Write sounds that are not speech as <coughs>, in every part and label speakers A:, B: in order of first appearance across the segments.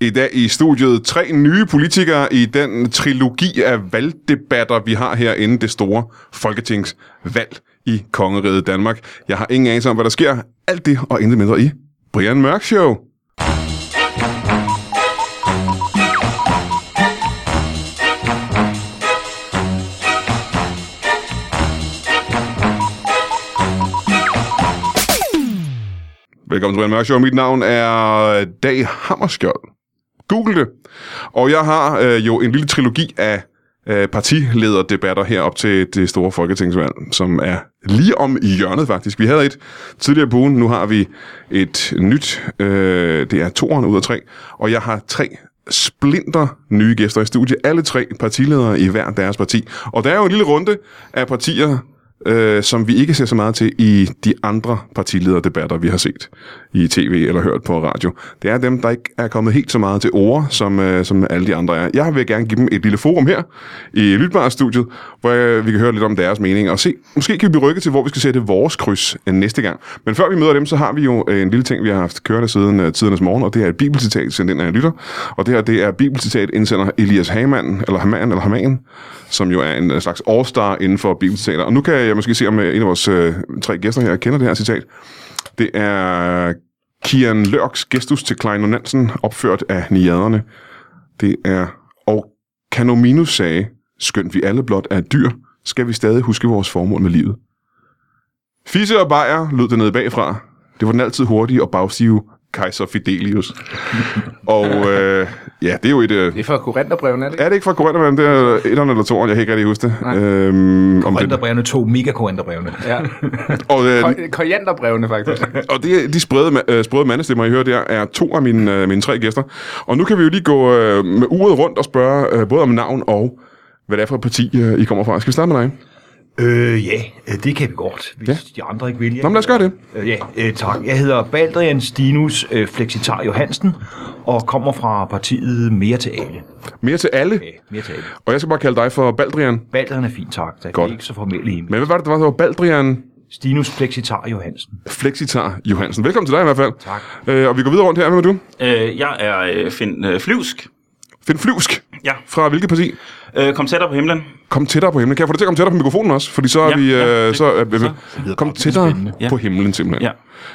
A: I dag i studiet tre nye politikere i den trilogi af valgdebatter, vi har herinde det store folketingsvalg i Kongeriget Danmark. Jeg har ingen anelse om, hvad der sker. Alt det og intet mindre i Brian Mørk Show. Velkommen til Brian Mørk Show. Mit navn er Dag Hammarskjold. Google det. Og jeg har øh, jo en lille trilogi af øh, partilederdebatter her op til det store folketingsvalg, som er lige om i hjørnet faktisk. Vi havde et tidligere på ugen, nu har vi et nyt. Øh, det er toeren ud af tre. Og jeg har tre splinter nye gæster i studiet. Alle tre partiledere i hver deres parti. Og der er jo en lille runde af partier, øh, som vi ikke ser så meget til i de andre partilederdebatter, vi har set i tv eller hørt på radio. Det er dem, der ikke er kommet helt så meget til ord, som, øh, som alle de andre er. Jeg vil gerne give dem et lille forum her i Lytbar-studiet, hvor øh, vi kan høre lidt om deres mening og se. Måske kan vi blive rykket til, hvor vi skal sætte vores kryds øh, næste gang. Men før vi møder dem, så har vi jo øh, en lille ting, vi har haft kørende siden øh, tidernes morgen, og det er et bibelcitat sendt ind af en lytter. Og det her, det er bibelcitat indsender Elias Hamann, eller Hamann, eller Hamann, som jo er en øh, slags all-star inden for bibelcitater. Og nu kan jeg måske se, om øh, en af vores øh, tre gæster her kender det her citat. Det er Kian Lørks gestus til Klein og Nansen, opført af Niaderne. Det er, og Canominus sagde, skønt vi alle blot er dyr, skal vi stadig huske vores formål med livet. Fisse og bajer lød det nede bagfra. Det var den altid hurtige og bagstive kejser Fidelius. og øh, ja, det er jo et... Øh,
B: Det er fra Korintherbreven, er det ikke?
A: er det ikke fra Korintherbrevet? Det er etteren eller toeren, jeg kan ikke rigtig huske det. Øhm, om det.
C: Korinterbrevene, to mega korinterbrevene.
A: <laughs>
B: Ja.
A: Og, øh,
B: Ko- Korianderbrevene, faktisk.
A: og det, de sprede, ma- øh, sprede mandestemmer, I hører der, er to af mine, øh, mine tre gæster. Og nu kan vi jo lige gå øh, med uret rundt og spørge øh, både om navn og hvad det er for et parti, øh, I kommer fra. Skal vi starte med dig?
C: Øh, ja, øh, det kan vi godt, hvis
A: Ja.
C: ja. de andre ikke vil. Jeg
A: Nå, men lad os gøre det.
C: Øh, ja, øh, tak. Jeg hedder Baldrian Stinus øh, Flexitar Johansen, og kommer fra partiet Mere til Alle.
A: Mere til alle.
C: Ja, mere til alle.
A: Og jeg skal bare kalde dig for Baldrian.
C: Baldrian er fint, tak. Der
A: Godt.
C: er ikke så formelt i.
A: Men hvad var det, der var, der var Baldrian
C: Stinus Flexitar Johansen.
A: Flexitar Johansen? Velkommen til dig i hvert fald.
C: Tak.
A: Øh, og vi går videre rundt her. Hvem er du?
D: Øh, jeg er øh, Finn øh, Flyvsk.
A: Finn Flyvsk.
D: Ja.
A: Fra hvilket parti?
D: Øh, kom tættere på himlen.
A: Kom tættere på himlen. Kan jeg få dig til at komme tættere på mikrofonen også? Fordi så er
D: Ja,
A: vi... Øh,
D: ja, det-
A: så, er, øh, kom tættere
D: Ja.
A: på himlen simpelthen.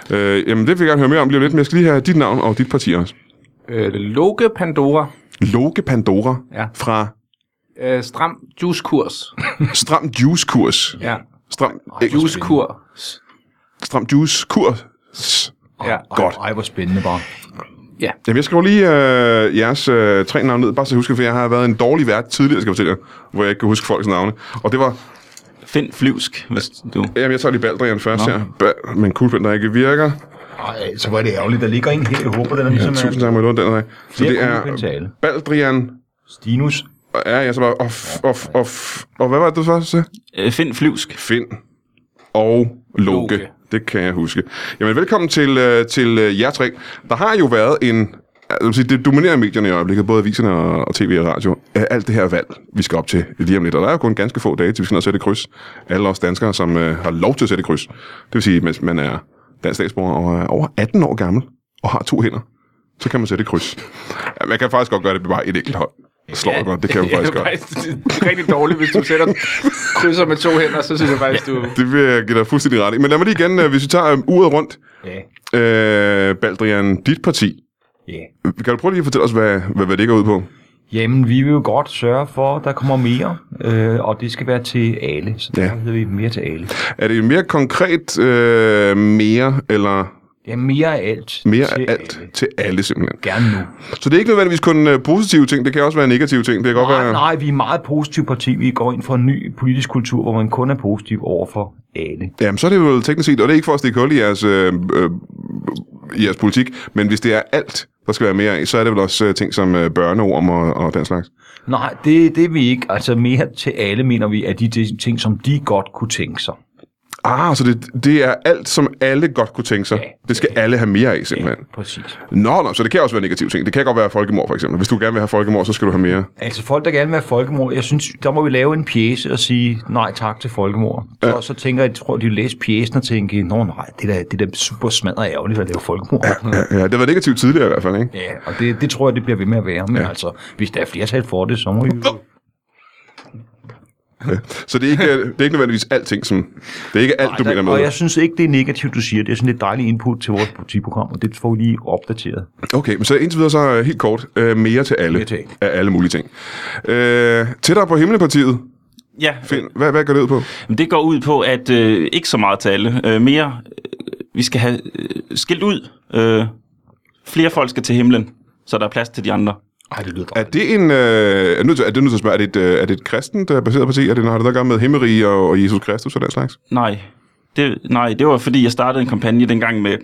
D: Ja.
A: Øh, jamen, det vil jeg gerne høre mere om lige om lidt, men jeg skal lige have dit navn og dit parti også.
B: Øh, Loke Pandora.
A: Loke Pandora
B: Ja.
A: fra
B: Øh, stram juicekurs.
A: Stram Juice Kurs.
B: Ja.
A: Stram, øh,
B: Juicekur.
A: Stram Juice Kurs.
B: Ja.
A: Godt.
C: Ej, hvor spændende bare.
A: Jamen, jeg skriver lige øh, jeres øh, tre navne ned, bare så jeg husker, for jeg har været en dårlig vært tidligere, skal jeg fortælle jer, hvor jeg ikke kan huske folks navne. Og det var,
D: Finn Flyvsk, hvis du...
A: jamen, jeg tager lige Baldrian først Nå. her, ba- men kuglepind, der ikke virker.
C: Ej, så var det ærgerligt. Der ligger en her. Jeg håber, den er ligesom...
A: Tusind tak, med den der. Så
C: Flere
A: det
C: kuglepinde til
A: er
C: alle.
A: Baldrian,
C: Stinus.
A: og ja, jeg så bare, og, f- og, f- og, f- og hvad var det, du først sagde?
D: Øh, Finn Flyvsk.
A: Finn og Loke. Loke.
B: Loke.
A: Det kan jeg huske. Jamen, velkommen til, øh, til øh, jer tre. Der har jo været en... altså, jeg vil sige, Det dominerer medierne i øjeblikket, både aviserne og, og tv og radio. Øh, Alt det her valg, vi skal op til lige om lidt. Og der er jo kun ganske få dage, til vi skal ned og sætte et kryds. Alle os danskere, som øh, har lov til at sætte et kryds. Det vil sige, mens man er dansk statsborger og er over 18 år gammel og har to hænder, så kan man sætte et kryds. Ja, man kan faktisk godt gøre det med bare et enkelt hånd. Slår jeg godt, det <laughs> kan man faktisk godt.
B: Det er rigtig dårligt, hvis
A: <laughs>
B: du sætter krydser med to hænder, så synes jeg faktisk, du...
A: Det vil jeg give dig fuldstændig ret i. Men lad mig lige igen, øh, hvis vi tager øh, uret rundt.
C: Ja.
A: Øh, Baldrian, dit parti.
C: Ja.
A: Kan du prøve lige at fortælle os, hvad, hvad, hvad det går ud på?
C: Jamen, vi vil jo godt sørge for, at der kommer mere, øh, og det skal være til alle. Så der
A: Ja.
C: hedder vi mere til alle.
A: Er det mere konkret øh, mere, eller
C: Ja, mere af alt.
A: mere
C: til
A: til alt alle.
C: Alle.
A: til alle simpelthen?
C: Gerne nu.
A: Så det er ikke nødvendigvis kun øh, positive ting, det kan også være negative ting. Det kan godt
C: Nej,
A: være...
C: nej, vi er meget positive parti. Vi går ind for en ny politisk kultur, hvor man kun er positiv over for alle.
A: Jamen, så er det jo teknisk set, og det er ikke for at stikke hul i jeres, øh, øh, i jeres politik, men hvis det er alt, der skal være mere af, så er det vel også øh, ting som øh, børneorm og, og den slags.
C: Nej, det, det er vi ikke. Altså mere til alle, mener vi, er de, de ting, som de godt kunne tænke sig.
A: Ah, så det, det er alt, som alle godt kunne tænke sig.
C: Ja.
A: Det skal alle have mere af, simpelthen.
C: Præcis.
A: Nå, nå, så det kan også være negative ting. Det kan godt være folkemord, for eksempel. Hvis du gerne vil have folkemord, så skal du have mere.
C: Altså folk, der gerne vil have folkemord, jeg synes, der må vi lave en pjæse og sige, nej tak til folkemord. Ja. Og så tænker jeg, jeg tror, de vil læse pjæsen og tænke, nå nej, det er da- det er da super smadret ærgerligt at lave folkemord. Ja.
A: Ja, ja det var negativt tidligere i hvert fald, ikke?
C: ja og det, det tror jeg, det bliver ved med at være. Men ja. altså, hvis der er flertal for det, så må vi jo...
A: Så det er
C: <laughs>
A: ikke, det er ikke nødvendigvis alting, som... Det er ikke alt, du mener med.
C: Altså, Og jeg synes ikke, det er negativt, du siger. Det er sådan lidt dejligt input til vores politiprogram, og det får vi lige opdateret.
A: Okay, men så indtil videre så øh, helt kort. Øh, mere til alle.
C: Mere til alle.
A: Af alle mulige ting. Øh, tættere på Himmelpartiet.
D: Ja,
A: Finn, hvad, hvad går det ud på?
D: Men Det går ud på, at øh, ikke så meget til alle, øh, mere øh, vi skal have øh, skilt ud. Øh, flere folk skal til himlen, så der er plads til de andre.
C: Ej, det lyder
A: Er det en... Øh, jeg er, nødt til, er, det nødt til at spørge, er det et, øh, er det et kristent øh, baseret parti? Er det, har det noget at gøre med himmerige og, og Jesus Kristus og den slags?
D: Nej. Det, nej, det var fordi, jeg startede en kampagne dengang med,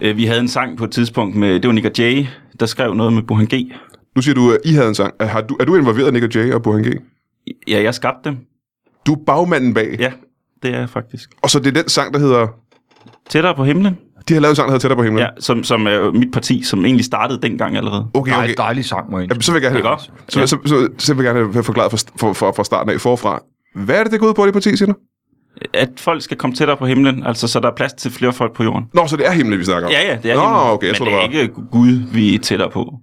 D: øh, vi havde en sang på et tidspunkt med, det var Nick og Jay, der skrev noget med Burhan G.
A: Nu siger du, at I havde en sang. Er, har du, er du involveret, Nick og Jay og Burhan G?
D: Ja, jeg skabte dem.
A: Du er bagmanden bag.
D: Ja, det er jeg faktisk.
A: Og så det er den sang, der hedder...
D: Tættere på himlen?
A: De har lavet en sang, der hedder Tættere på himlen.
D: Ja, som, som er mit parti, som egentlig startede dengang allerede.
A: Okay,
C: dejlig,
A: okay.
C: okay. dejlig sang, må jeg
A: Jamen, så vil jeg gerne
D: Det er
A: have,
D: godt.
A: så, så, så, så, vil jeg gerne have forklaret fra, fra, fra, fra starten af forfra. Hvad er det, det går ud på, det parti, siger du?
D: At folk skal komme tættere på himlen, altså så der er plads til flere folk på jorden.
A: Nå, så det er himlen, vi snakker om.
D: Ja, ja, det er
A: Nå,
D: himlen.
A: okay, jeg
D: men
A: tror,
D: det
A: det
D: er
A: var...
D: ikke Gud, vi er tættere på.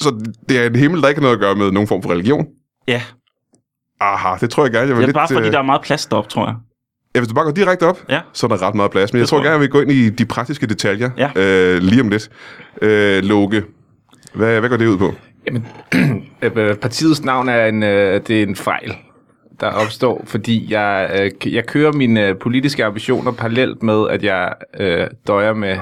A: Så det er en himmel, der ikke har noget at gøre med nogen form for religion?
D: Ja,
A: Aha, det tror jeg gerne, jeg vil
D: det er
A: lidt...
D: bare fordi,
A: øh,
D: der er meget plads deroppe, tror jeg.
A: Ja, hvis du bare går direkte op,
D: Ja.
A: så er der ret meget plads. Men jeg tror
D: tror jeg.
A: gerne, jeg vil gå ind i de praktiske detaljer
D: Ja.
A: øh, lige om lidt. Øh, Loke, hvad, hvad går det ud på?
B: Jamen, øh, partiets navn er en, øh, det er en fejl, der opstår, fordi jeg, øh, k- jeg kører mine øh, politiske ambitioner parallelt med, at jeg øh, døjer med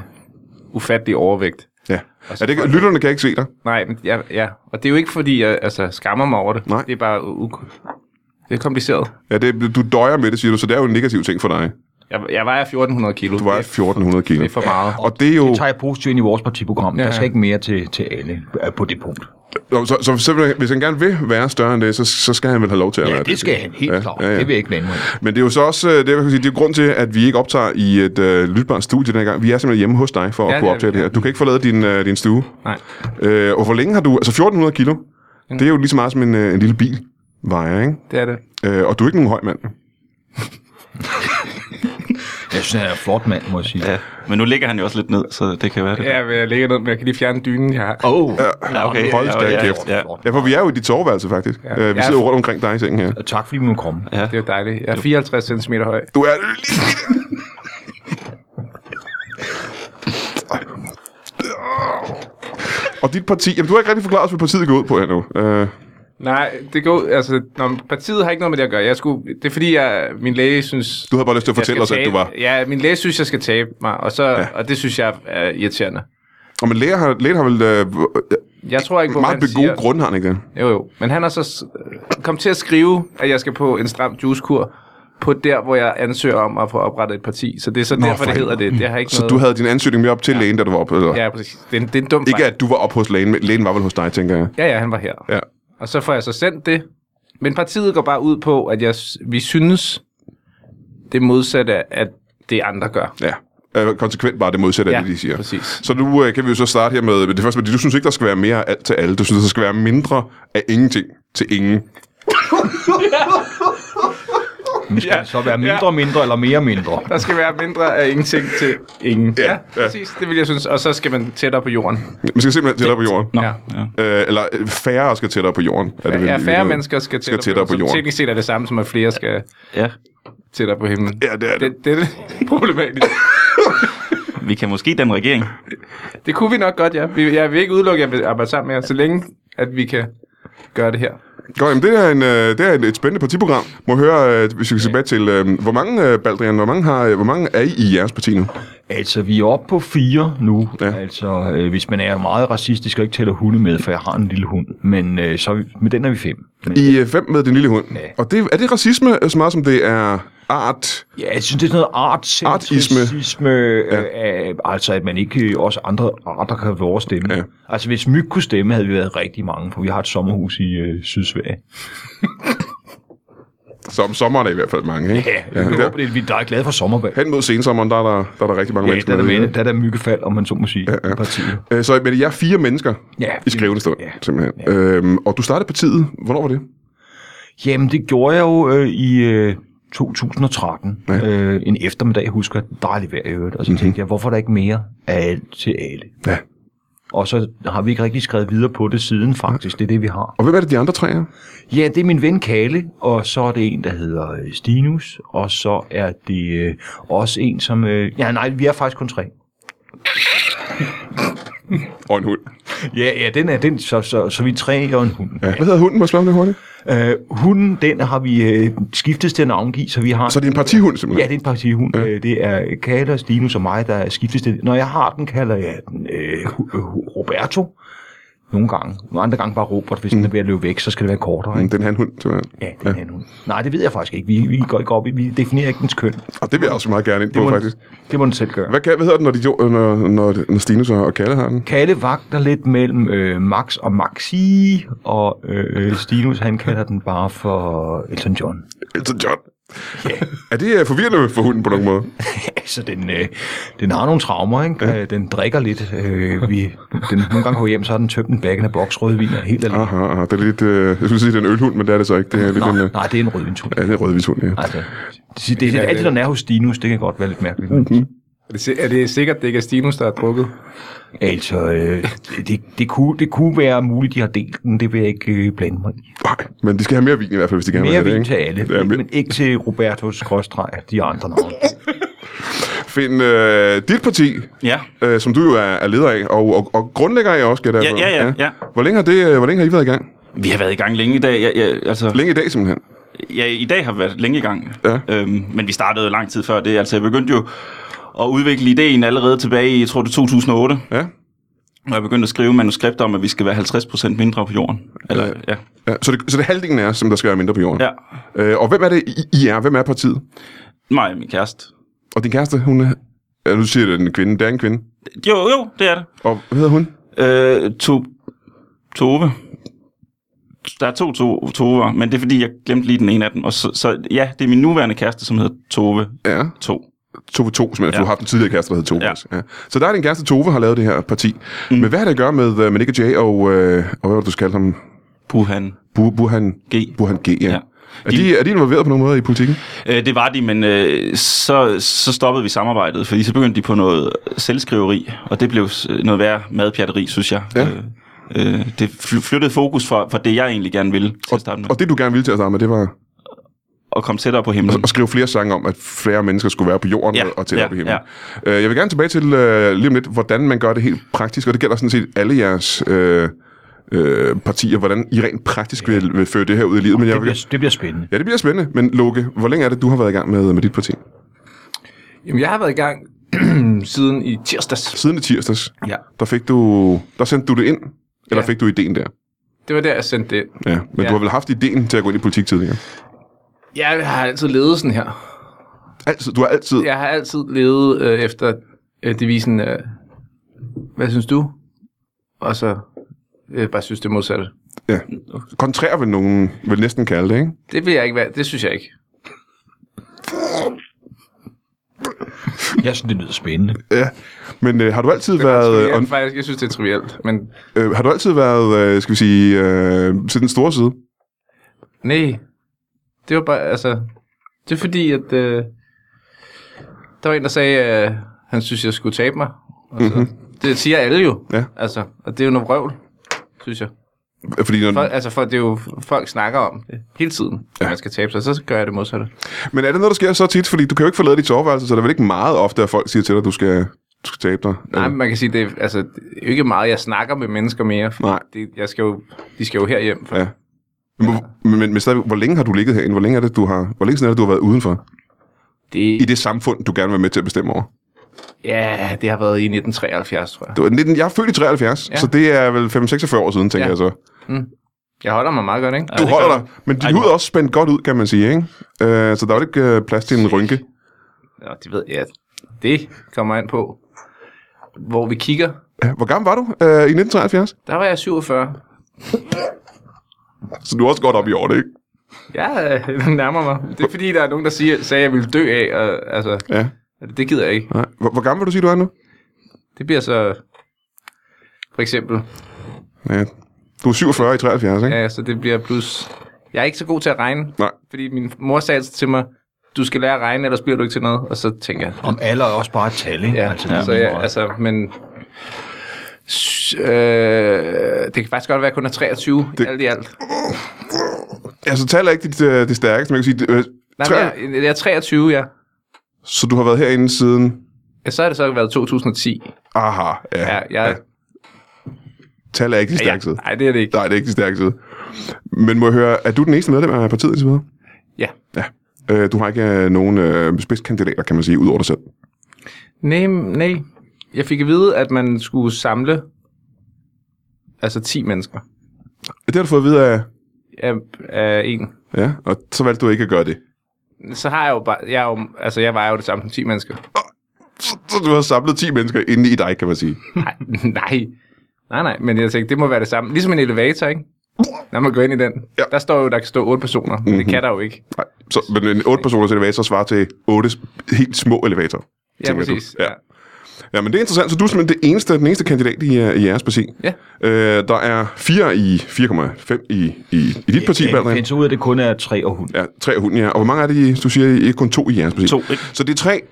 B: ufattelig overvægt.
A: Ja.
D: Altså,
A: Er det, ikke- lytterne kan ikke se dig.
B: Nej, men ja, ja. og det er jo ikke, fordi jeg altså, skammer mig over det.
A: Nej.
B: Det er bare u- det er kompliceret.
A: Ja, det, du døjer med det, siger du, så det er jo en negativ ting for dig.
B: Jeg, jeg vejer 1400 kilo.
A: Du vejer
B: det,
A: 1400 kilo.
B: det er for meget.
A: Og det er jo...
C: Det tager jeg positivt ind i vores partiprogram. Ja. Der
B: Ja.
C: skal ikke mere til, til alle øh, på det punkt.
A: Nå, Så, så, så hvis han gerne vil være større end det, så, så skal han vel have lov til at være
C: Ja, det skal han helt ja, klart. Ja, ja. Det vil jeg ikke blande mig i.
A: Men det er jo så også, øh, det, er, hvad kan jeg sige, det er grund til, at vi ikke optager i et øh, lytbart studie den her gang. Vi er simpelthen hjemme hos dig for at
B: Ja,
A: kunne
B: det er
A: optage
B: vi.
A: det her. Du kan ikke forlade din, øh, din stue.
B: Nej. Mm.
A: Øh, og hvor længe har du, altså 1400 kilo, det er jo lige så meget som en, øh, en lille bil vejer, ikke?
B: Det er det.
A: Øh, og du er ikke nogen høj mand.
C: Jeg synes, han er en flot mand, må jeg sige. Ja.
D: Ja. Men nu ligger han jo også lidt ned, så det kan være det.
B: Ja, men jeg ligger ned, men jeg kan lige fjerne dynen, jeg har.
D: Oh,
A: Ja, Hold da kæft.
D: Ja,
A: Ja, for vi er jo i dit soveværelse, faktisk. Ja. Øh, vi sidder jo rundt omkring dig i sengen her.
C: Og tak fordi vi må komme.
D: ja.
B: Det er jo dejligt. Jeg er 54 cm høj.
A: Du er lige... Og dit parti, jamen du har ikke rigtig forklaret os, hvad partiet går ud på endnu. Øh,
B: Nej, det går altså, når, partiet har ikke noget med det at gøre. Jeg skulle, det er fordi, jeg, min læge synes...
A: du havde bare lyst til at
B: jeg
A: fortælle os,
B: skal
A: at du
B: tabe-
A: var...
B: Ja, min læge synes, jeg skal tabe mig, og, så, ja. og det synes jeg er irriterende.
A: Og men læger har, læger har vel... Øh,
B: Jeg tror ikke på, hvad
A: meget
B: han
A: ved gode
B: siger.
A: grunde har han ikke det.
B: Jo, jo. Men han har så s- kom til at skrive, at jeg skal på en stram juicekur på der, hvor jeg ansøger om at få oprettet et parti. Så det er så Nå,
A: for
B: derfor, det hedder det. Det har ikke
A: Så
B: noget...
A: du havde din ansøgning med op til ja. lægen, da du var op? Eller?
B: Ja, præcis. Det er en, det er en dum
A: Ikke
B: fejl.
A: at du var op hos lægen, men lægen var vel hos dig, tænker jeg.
B: Ja, ja, han var her.
A: Ja.
B: Og så får jeg så sendt det. Men partiet går bare ud på, at jeg, s- vi synes det modsatte, af, at det andre gør.
A: ja. Øh, konsekvent bare det modsatte af
B: Ja,
A: det, de siger.
B: præcis.
A: Så nu øh, kan vi jo så starte her med med det første, men du synes ikke, der skal være mere af alt til alle. Du synes, der skal være mindre af ingenting til ingen.
C: Skal det så være mindre og mindre, eller mere og mindre?
B: Der skal være mindre af ingenting til ingen.
A: Ja,
B: Ja,
A: ja.
B: ja, præcis. Det vil jeg synes. Og så skal man tættere på jorden.
A: Man skal simpelthen tættere på jorden.
D: Nå,
B: Ja.
D: ja. ja.
A: Øh, eller øh, færre skal tættere på jorden. Er vel
B: Ja,
A: i
B: færre
A: virkeligheden.
B: mennesker skal tættere,
A: skal tættere på
B: Så
A: jorden.
B: Teknisk set er det samme som, at flere skal
D: ja.
B: tættere på himlen.
A: Ja, det er det.
B: Det, det er <laughs> problematisk.
D: Vi kan måske den regering.
B: Det kunne vi nok godt, ja. Vi, jeg vil ikke udelukke, at jeg vil arbejde sammen med jer, så længe at vi kan gøre det her.
A: Godt, jamen det er, en, øh, det er et, et spændende partiprogram. Må høre, øh, hvis vi skal tilbage til, øh, hvor mange, øh, Baldrian, hvor mange, har, øh, hvor mange er I i jeres parti nu?
C: Altså, vi er oppe på fire nu.
A: Ja.
C: Ja. Altså, øh, hvis man er meget racistisk og ikke tæller hunde med, for jeg har en lille hund. Men øh, så er vi- med den er vi fem. Men,
A: I er fem med den lille hund.
C: Ja.
A: Og det, er det racisme øh, så meget, som det er art?
C: ja, jeg synes, det er sådan noget
A: Artisme.
C: artcentricisme. Ja. Øh, altså, at man ikke øh, også andre arter kan have vores stemme.
A: Ja.
C: Ja. Altså, hvis myg kunne stemme, havde vi været rigtig mange, for vi har et sommerhus i øh, Sydsverige.
A: Så om sommeren er i hvert fald mange, ikke?
C: Ja, jeg ja,
A: der,
C: håber, det er, vi der er glade for sommervalg.
A: hen mod sensommeren, der er der, der, er der rigtig mange
C: Ja, der
A: mennesker.
C: er der,
A: med.
C: minde, der, er der myggefald, om man så må sige, ja, ja. partiet.
A: Øh, Så men jeg er fire mennesker
C: Ja,
A: i skrivende stund,
C: Ja.
A: simpelthen. Øhm, og du startede partiet. Hvornår var det?
C: Jamen, det gjorde jeg jo øh, i øh, 2013. Ja. Øh, en eftermiddag, husker jeg, dejligt vejr i øvrigt. Og så mm-hmm. tænkte jeg, hvorfor er der ikke mere af alt til alle?
A: Mhm. Ja.
C: Og så har vi ikke rigtig skrevet videre på det siden, faktisk. Det er det, vi har.
A: Og hvem er det, de andre tre er?
C: Ja, det er min ven Kalle, og så er det en, der hedder øh, Stinus, og så er det øh, også en, som... Øh, ja, nej, vi er faktisk kun tre.
A: Og en hund.
C: Ja, ja, den er den, så, så, så vi er tre og en hund.
A: Ja. Hvad hedder hunden? Må jeg spørge om det hurtigt?
C: Øh, hunden, den har vi øh, skiftes til at navngive, så vi har...
A: Så det er en partihund,
C: Ja,
A: simpelthen?
C: det er en partihund. Ja. Det er Kalle, og Stinus og mig, der er skiftes til. Når jeg har den, kalder jeg den øh, Hu- Hu- Roberto. Nogle gange. Nogle andre gange bare Robert. Hvis mm. den er ved at løbe væk, så skal det være kortere. Ikke?
A: Den er en hund, simpelthen.
C: Ja, det er en anden hund. Nej, det ved jeg faktisk ikke. Vi, vi går ikke op i, vi definerer ikke dens køn.
A: Og det vil jeg også meget gerne ind
C: Det
A: på,
C: må,
A: faktisk.
C: det må den selv gøre.
A: Hvad, kan, hvad hedder den, når, de, jo- når, når, når Stinus og og Kalle har den?
C: Kalle vagter lidt mellem øh, Max og Maxi, og øh, øh, Stinus, han kalder den bare for Elton John.
A: Elton John. Er det øh, forvirrende for hunden på nogen måde?
C: Altså, den, øh, den har nogle traumer, ikke? Ja. Den drikker lidt. Øh, vi, den, nogle gange går hjem, så har den tømt en bakken af boks rødvin og helt alene.
A: Aha, aha. Det er lidt, øh, jeg skulle sige, det er en ølhund, men det er det så ikke. Ah, Det er lidt en,
C: Nå,
A: øh,
C: nej, det er en rødvinshund.
A: ja, det er en rødvishund, ja.
C: Altså, det, det, det, alt det, der er hos Stinus, det kan godt være lidt mærkeligt.
A: Mm.
B: Er det, si- er det sikkert, det ikke er Stinus, der har drukket?
C: Altså, øh, det, det, kunne, det kunne være muligt, de har delt den. Det vil jeg ikke øh, blande mig i.
A: Nej, men de skal have mere vin i hvert fald, hvis de gerne vil
C: Mere
A: have det,
C: vin
A: ikke?
C: til alle,
A: Ja, men
C: men ikke til Robertos skråstreg de andre navne.
A: find øh, dit parti,
D: Ja.
A: øh, som du jo er, er leder af, og, og, og grundlægger af også, gætter jeg
D: Ja,
A: på.
D: ja, ja, ja.
A: Hvor, længe har det, øh, hvor længe har I været i gang?
D: Vi har været i gang længe i dag. Jeg, jeg, altså,
A: Længe i dag, simpelthen.
D: ja, i dag har vi været længe i gang.
A: Ja.
D: Øhm, men vi startede jo lang tid før det. Altså, jeg begyndte jo at udvikle ideen allerede tilbage i, jeg tror det er 2008.
A: Ja.
D: Og jeg begyndte at skrive manuskripter om, at vi skal være 50% mindre på jorden. Eller, ja.
A: ja. Så, det, så det er halvdelen af os, som der skal være mindre på jorden.
D: ja.
A: Øh, og hvem er det, I, I er? Hvem er partiet?
D: Mig og min kæreste.
A: Og din kæreste, hun er... Ja, nu siger jeg, det er en kvinde. Det er en kvinde.
D: Jo, jo, det er det.
A: Og hvad hedder hun?
D: Øh, to, Tove. Der er to, to Tover, men det er fordi, jeg glemte lige den ene af dem. Og så, så ja, det er min nuværende kæreste, som hedder Tove
A: Ja.
D: 2.
A: Tove 2, som ja. du har haft en tidligere kæreste, der hed Tove.
D: Ja.
A: også. Ja. Så der er din kæreste Tove, har lavet det her parti. Mm. Men hvad har det at gøre med, øh, med Nick og Jay og, øh, og hvad var det, du kaldte ham?
D: Puhan
A: Bu- Burhan,
D: G.
A: Burhan G, ja. ja.
D: Ja.
A: Er, de, er de involveret på nogen måde i politikken?
D: Øh, det var de, men øh, så, så stoppede vi samarbejdet, fordi så begyndte de på noget selvskriveri, og det blev s- noget værre madpjatteri, synes jeg.
A: Ja.
D: Øh, øh, det fly- flyttede fokus fra, fra det, jeg egentlig gerne ville til at starte med,
A: Og det, du gerne ville til at starte med, det var
D: og komme tættere på himlen.
A: at skrive flere sange om, at flere mennesker skulle være på jorden
D: Mm. Ja,
A: ja. og tættere
D: ja,
A: på himlen. Ja. Jeg vil gerne tilbage til øh, lige om lidt, hvordan man gør det helt praktisk, og det gælder sådan set alle jeres øh, øh, partier, hvordan I rent praktisk vil, vil føre det her ud i livet. Men jeg
C: Det
A: vil,
C: bliver, det bliver spændende.
A: ja, det bliver spændende. Men Loke, hvor længe er det, du har været i gang med, med dit parti?
B: Jamen, jeg har været i gang <clears throat> siden i tirsdags.
A: Siden i tirsdags,
B: Ja.
A: der, fik du, der sendte du det ind, eller ja.
B: Ja.
A: fik du ideen der?
B: Det var der, jeg sendte det.
A: Ja, men ja.
B: Ja.
A: du har vel haft ideen til at gå ind i politik tidligere?
B: Jeg har altid levet sådan her.
A: Altid, du har altid... Ja.
B: Jeg har altid levet øh, efter øh, devisen, øh, hvad synes du? Og så øh, bare synes det modsatte.
A: ja. Kontrær vil nogen vil næsten kalde det, ikke?
B: Det vil jeg ikke være, det synes jeg ikke.
C: Jeg synes, det lyder spændende.
A: Ja. Men øh, har du altid
B: Øh,
A: været...
B: jeg,
A: og-
B: faktisk, jeg synes, det er trivielt, men
A: Øh, har du altid været, øh, skal vi sige, øh, til den store side?
B: nej. Det var bare, altså, det er fordi, at øh, der var en, der sagde, øh, han synes, jeg skulle tabe mig. Og så, mm-hmm. Det siger alle jo,
A: Mhm. Ja.
B: altså, og det er jo noget vrøvl, synes jeg.
A: Fordi når,
B: Folk, altså, for det er jo, folk snakker om det hele tiden, at man skal tabe sig, så gør jeg det modsatte.
A: men er det noget, der sker så tit? Fordi du kan jo ikke forlade dit soveværelse, så det er vel ikke meget ofte, at folk siger til dig, at du skal, du skal tabe dig?
B: Nej,
A: Eller-
B: men man kan sige, det er, altså, det er ikke meget, jeg snakker med mennesker mere. for
A: Nej.
B: Det, jeg skal jo, de skal jo herhjem. For.
A: Ja. Men, hvor- men, men, men stadig, hvor længe har du ligget herinde? Hvor længe er det, du har, hvor længe siden er det, du har været udenfor? I
B: Det,
A: det samfund, du gerne vil være med til at bestemme over?
B: ja, det har været i 1973, tror jeg.
A: Du er 19, jeg er født i 73, ja.
B: Ja.
A: så det er vel 5-46 år siden, tænker ja.
B: Ja.
A: jeg så.
B: Jeg holder mig meget godt, ikke?
A: Du
D: det
A: holder
D: gør
A: dig, men din
D: Ej,
A: hud
D: hvor-
A: er også spændt godt ud, kan man sige, ikke? Øh, så der er jo ikke øh, plads til en rynke.
B: Nå, det ved jeg. at Det kommer an på, hvor vi kigger.
A: Ja, Hvor gammel var du øh, i 1973?
B: Der var jeg 47.
A: Så du er også godt op i år, det, ikke?
B: Ja, øh, <laughs> nærmer mig. Det er fordi, der er nogen, der siger, sagde, at jeg ville dø af, og altså,
A: Ja.
B: det gider jeg ikke.
A: Nej. Hvor, hvor gammel vil du sige, du er nu?
B: Det bliver så, for eksempel,
A: Ja. Du er 47 i 73, ikke?
B: ja, så det bliver plus... Jeg er ikke så god til at regne,
A: Nej.
B: fordi min mor sagde altid til mig, du skal lære at regne, ellers bliver du ikke til noget. Og så tænker jeg,
C: Om alder er også bare et tal, ikke?
B: ja, altså, ja, så jeg, altså, men... s- Øh, det kan faktisk godt være, at jeg kun er 23 det, alt i alt.
A: Altså, tal er ikke dit, øh, det stærkeste, man kan sige. det, Øh,
B: Nej,
A: tre,
B: men jeg, jeg er 23, ja.
A: Så du har været herinde siden...
B: ja. Så har det så været 2010.
A: Aha, ja.
B: Ja, jeg,
A: Tal er ikke dit
B: ja,
A: stærkeste.
B: nej, det er det ikke.
A: Nej, det er ikke dit stærkeste. Men må jeg høre, er du den eneste medlem af partiet indtil videre?
B: Ja.
A: Ja. Øh, du har ikke øh, nogen øh, spidskandidater, kan man sige, ud over dig selv.
B: Nej, nej. Jeg fik at vide, at man skulle samle altså 10 mennesker
A: Det har du fået at vide af...
B: af, af en.
A: Ja, og så valgte du ikke at gøre det.
B: Så har jeg jo bare, jeg, er jo, altså jeg vejer jo det samme som
A: <laughs>
B: 10 mennesker.
A: Så, så du har samlet 10 mennesker inde i dig, kan man sige.
B: Nej, nej. Nej, nej, men jeg tænkte, det må være det samme. Ligesom en elevator, ikke? Når man går ind i den,
A: Ja. Mhm.
B: ja. der står jo, der kan stå otte personer, men mm-hmm. det kan der jo ikke.
A: Nej. Så, men en 8 personers elevator svarer til 8 helt små elevatorer.
B: Ja,
A: tænker
B: præcis.
A: Du. Ja. ja, men det er interessant. Så du er simpelthen det eneste, den eneste kandidat i, øh, i jeres parti.
B: Ja.
A: Øh, der er 4 i 4,5 i, i, i dit parti,
C: Ja,
A: Baldrian.
C: find så ud af, at det kun er tre og hund.
A: Ja, tre og hunden, ja. Og hvor mange er det, I- du siger, I er kun to i jeres parti?
D: To, ikke?
A: Så det er tre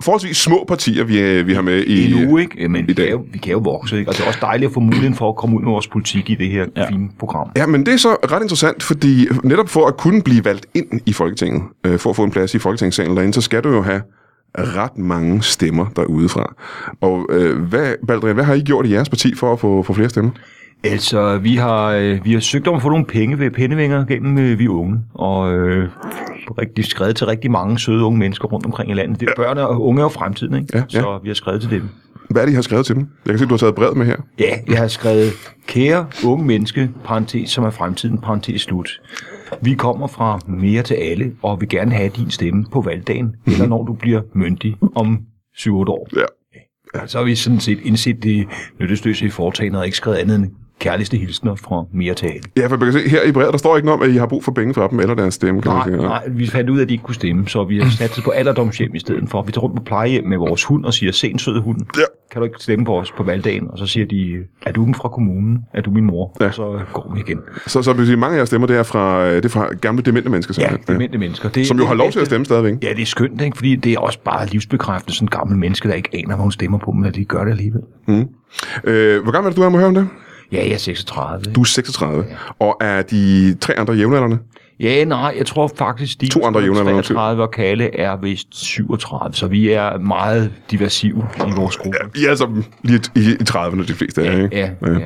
A: forholdsvis små partier, vi, øh, vi har med i...
C: en uge, ikke? Men
A: i
C: vi
A: dag.
C: kan, jo, vi kan jo vokse, ikke? Og det er også dejligt at få muligheden for at komme ud med vores politik i det her ja.
D: Ja.
C: fine program.
A: Ja, men det er så ret interessant, fordi netop for at kunne blive valgt ind i Folketinget, øh, for at få en plads i Folketingssalen derinde, så skal du jo have ret mange stemmer derudefra. Og øh, hvad, Baldrian, hvad har I gjort i jeres parti for at få, få flere stemmer?
C: Altså, vi har, øh, vi har søgt om at få nogle penge ved pendevinger gennem øh, Vi Unge, og øh, rigtig, skrevet til rigtig mange søde unge mennesker rundt omkring i landet. Det er børn og unge er jo fremtiden, ikke?
A: Ja, ja.
C: Så vi har skrevet til dem.
A: Hvad er det, I har skrevet til dem? Jeg kan se, du har taget brevet med her.
C: Ja, jeg har skrevet, kære unge menneske, parentes, som er fremtiden, parentes slut. Vi kommer fra mere til alle, og vil gerne have din stemme på valgdagen, eller når du bliver myndig om 7-8 år.
A: Mhm. Ja.
C: Så har vi sådan set indset det nyttesløse i foretagendet og ikke skrevet andet end kærligste hilsner fra mere til alle.
A: Ja, for man kan se, her i brevet, der står ikke noget om, at I har brug for penge fra dem eller deres stemme. Kan
C: Nej,
A: man sige.
C: nej, vi fandt ud af, at de ikke kunne stemme, så vi har satset på alderdomshjem i stedet for. Vi tager rundt på plejehjem med vores hund og siger, se en sød hund,
A: Ja.
C: kan du ikke stemme på os på valgdagen? Og så siger de, er du den fra kommunen? Er du min mor?
A: Ja.
C: Og så går vi igen.
A: Så, så man kan sige, mange af jeres stemmer, det er fra, øh, det er fra gamle demente mennesker.
C: Ja,
A: simpelthen.
C: demente mennesker. Det,
A: Som jo
C: det er
A: har lov
C: det
A: til at
C: bedste.
A: stemme stadigvæk.
C: Ja, det er skønt, ikke? fordi det er også bare livsbekræftelse, sådan en gammel menneske, der ikke aner, hvad hun stemmer på, men at de gør det alligevel.
A: Øh, hvor gammel er det, du, er, må jeg høre om det?
C: Ja, jeg er 36.
A: Du er 36, og er de tre andre jævnaldrende?
C: Ja, nej, jeg tror faktisk, de
A: To andre jævnaldrende, undskyld.
C: 33 og Kalle er vist 37, så vi er meget diversive i vores gruppe.
A: I er altså lige i, i 30'erne, de fleste af jer, ikke?
C: Ja, ja. ja.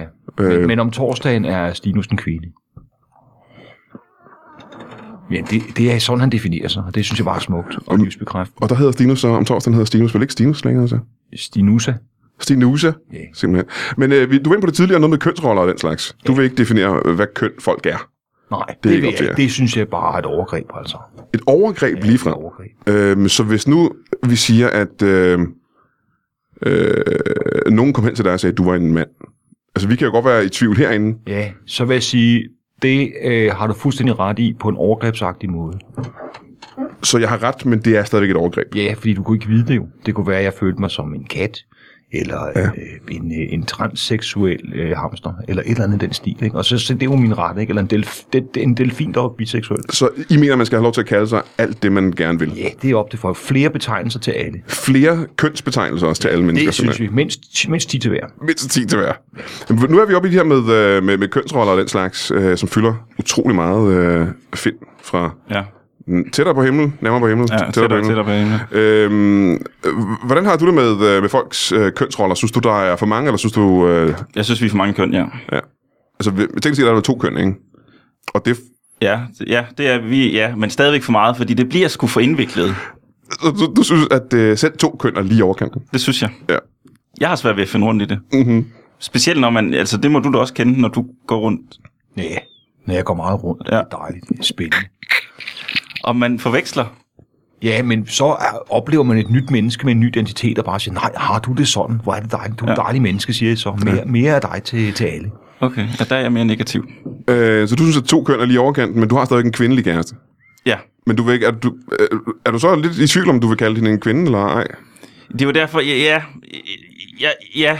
A: Øh.
C: Men, men om torsdagen er Stinus en kvinde. Ja, det, det er sådan, han definerer sig, og det synes jeg bare er smukt og livsbekræft.
A: Og der hedder Stinus så, om torsdagen hedder Stinus, vel ikke Stinus længere så?
C: Stinusa.
A: Stinusa,
C: Ja.
A: simpelthen. Men øh, vi- du var inde på det tidligere, noget med kønsroller og den slags. Du vil ikke definere, øh, hvad køn folk er.
C: Nej, det,
A: ikke
C: det,
A: op
C: ved
A: til
C: jeg,
A: jer.
C: ikke. det synes jeg bare er et overgreb, altså.
A: Et overgreb ja,
C: Et
A: ligefrem.
C: overgreb.
A: Øhm, så hvis nu vi siger, at øh, øh, nogen kom hen til dig og sagde, at du var en mand. Altså, vi kan jo godt være i tvivl herinde.
C: Ja, så vil jeg sige, det øh, har du fuldstændig ret i på en overgrebsagtig måde.
A: Så jeg har ret, men det er stadigvæk et overgreb.
C: Ja, fordi du kunne ikke vide det jo. Det kunne være, at jeg følte mig som en kat, eller ja. øh, en, øh, en transseksuel øh, hamster, eller et eller andet i den stil. Ikke? Og så, så det er jo min ret, ikke? eller en, delf, det, det, en delfin, der er biseksuel.
A: Så I mener, man skal have lov til at kalde sig alt det, man gerne vil.
C: Ja, det er op til folk. Flere betegnelser til alle.
A: Flere kønsbetegnelser også til alle mennesker.
C: Det
A: simpelthen.
C: synes vi. Mindst, mindst 10 til hver.
A: Mindst 10 til hver. Jamen, Nu er vi oppe i det her med, øh, med, med kønsroller og den slags, øh, som fylder utrolig meget øh, find fra
D: Ja,
A: mm, tættere på himlen, nærmere på himlen,
D: ja tættere, tættere på hende.
A: Øhm, øh, hvordan har du det med, øh, med folks øh, kønsroller? Synes du, der er for mange, eller synes du... Øh,
D: Jeg synes, vi er for mange køn, ja.
A: altså, vi- tænk sig, der er der to køn, ikke? Og det,
D: Ja, ja, det er vi, ja, men stadigvæk for meget, fordi det bliver sgu for indviklet.
A: så du, du synes, at øh, selv to køn er lige i overkanten?
D: Det synes jeg.
A: Ja.
D: Jeg har svært ved at finde rundt i det.
A: Mm-hmm.
D: Specielt når man, altså det må du da også kende, når du går rundt.
C: Ja, når jeg går meget rundt. Ja.
D: Ja.
C: Det er dejligt. Det er spændende.
D: Og man forveksler.
C: Ja, men så er, oplever man et nyt menneske med en ny identitet, og bare siger, nej, har du det sådan? Hvor er det dejligt? Du er ja.
D: Ja.
C: dejlig menneske, siger jeg så. Mere, mere af dig til, til alle.
D: Okay, ja, der er jeg mere negativ.
A: Øh, så du synes, at to køn er lige i overkanten, men du har stadigvæk en kvindelig kæreste.
D: Ja,
A: Men du vil ikke, er, du, øh, er du så lidt i tvivl om, du vil kalde hende en kvinde eller ej?
D: Det var derfor, ja, ja, ja, ja,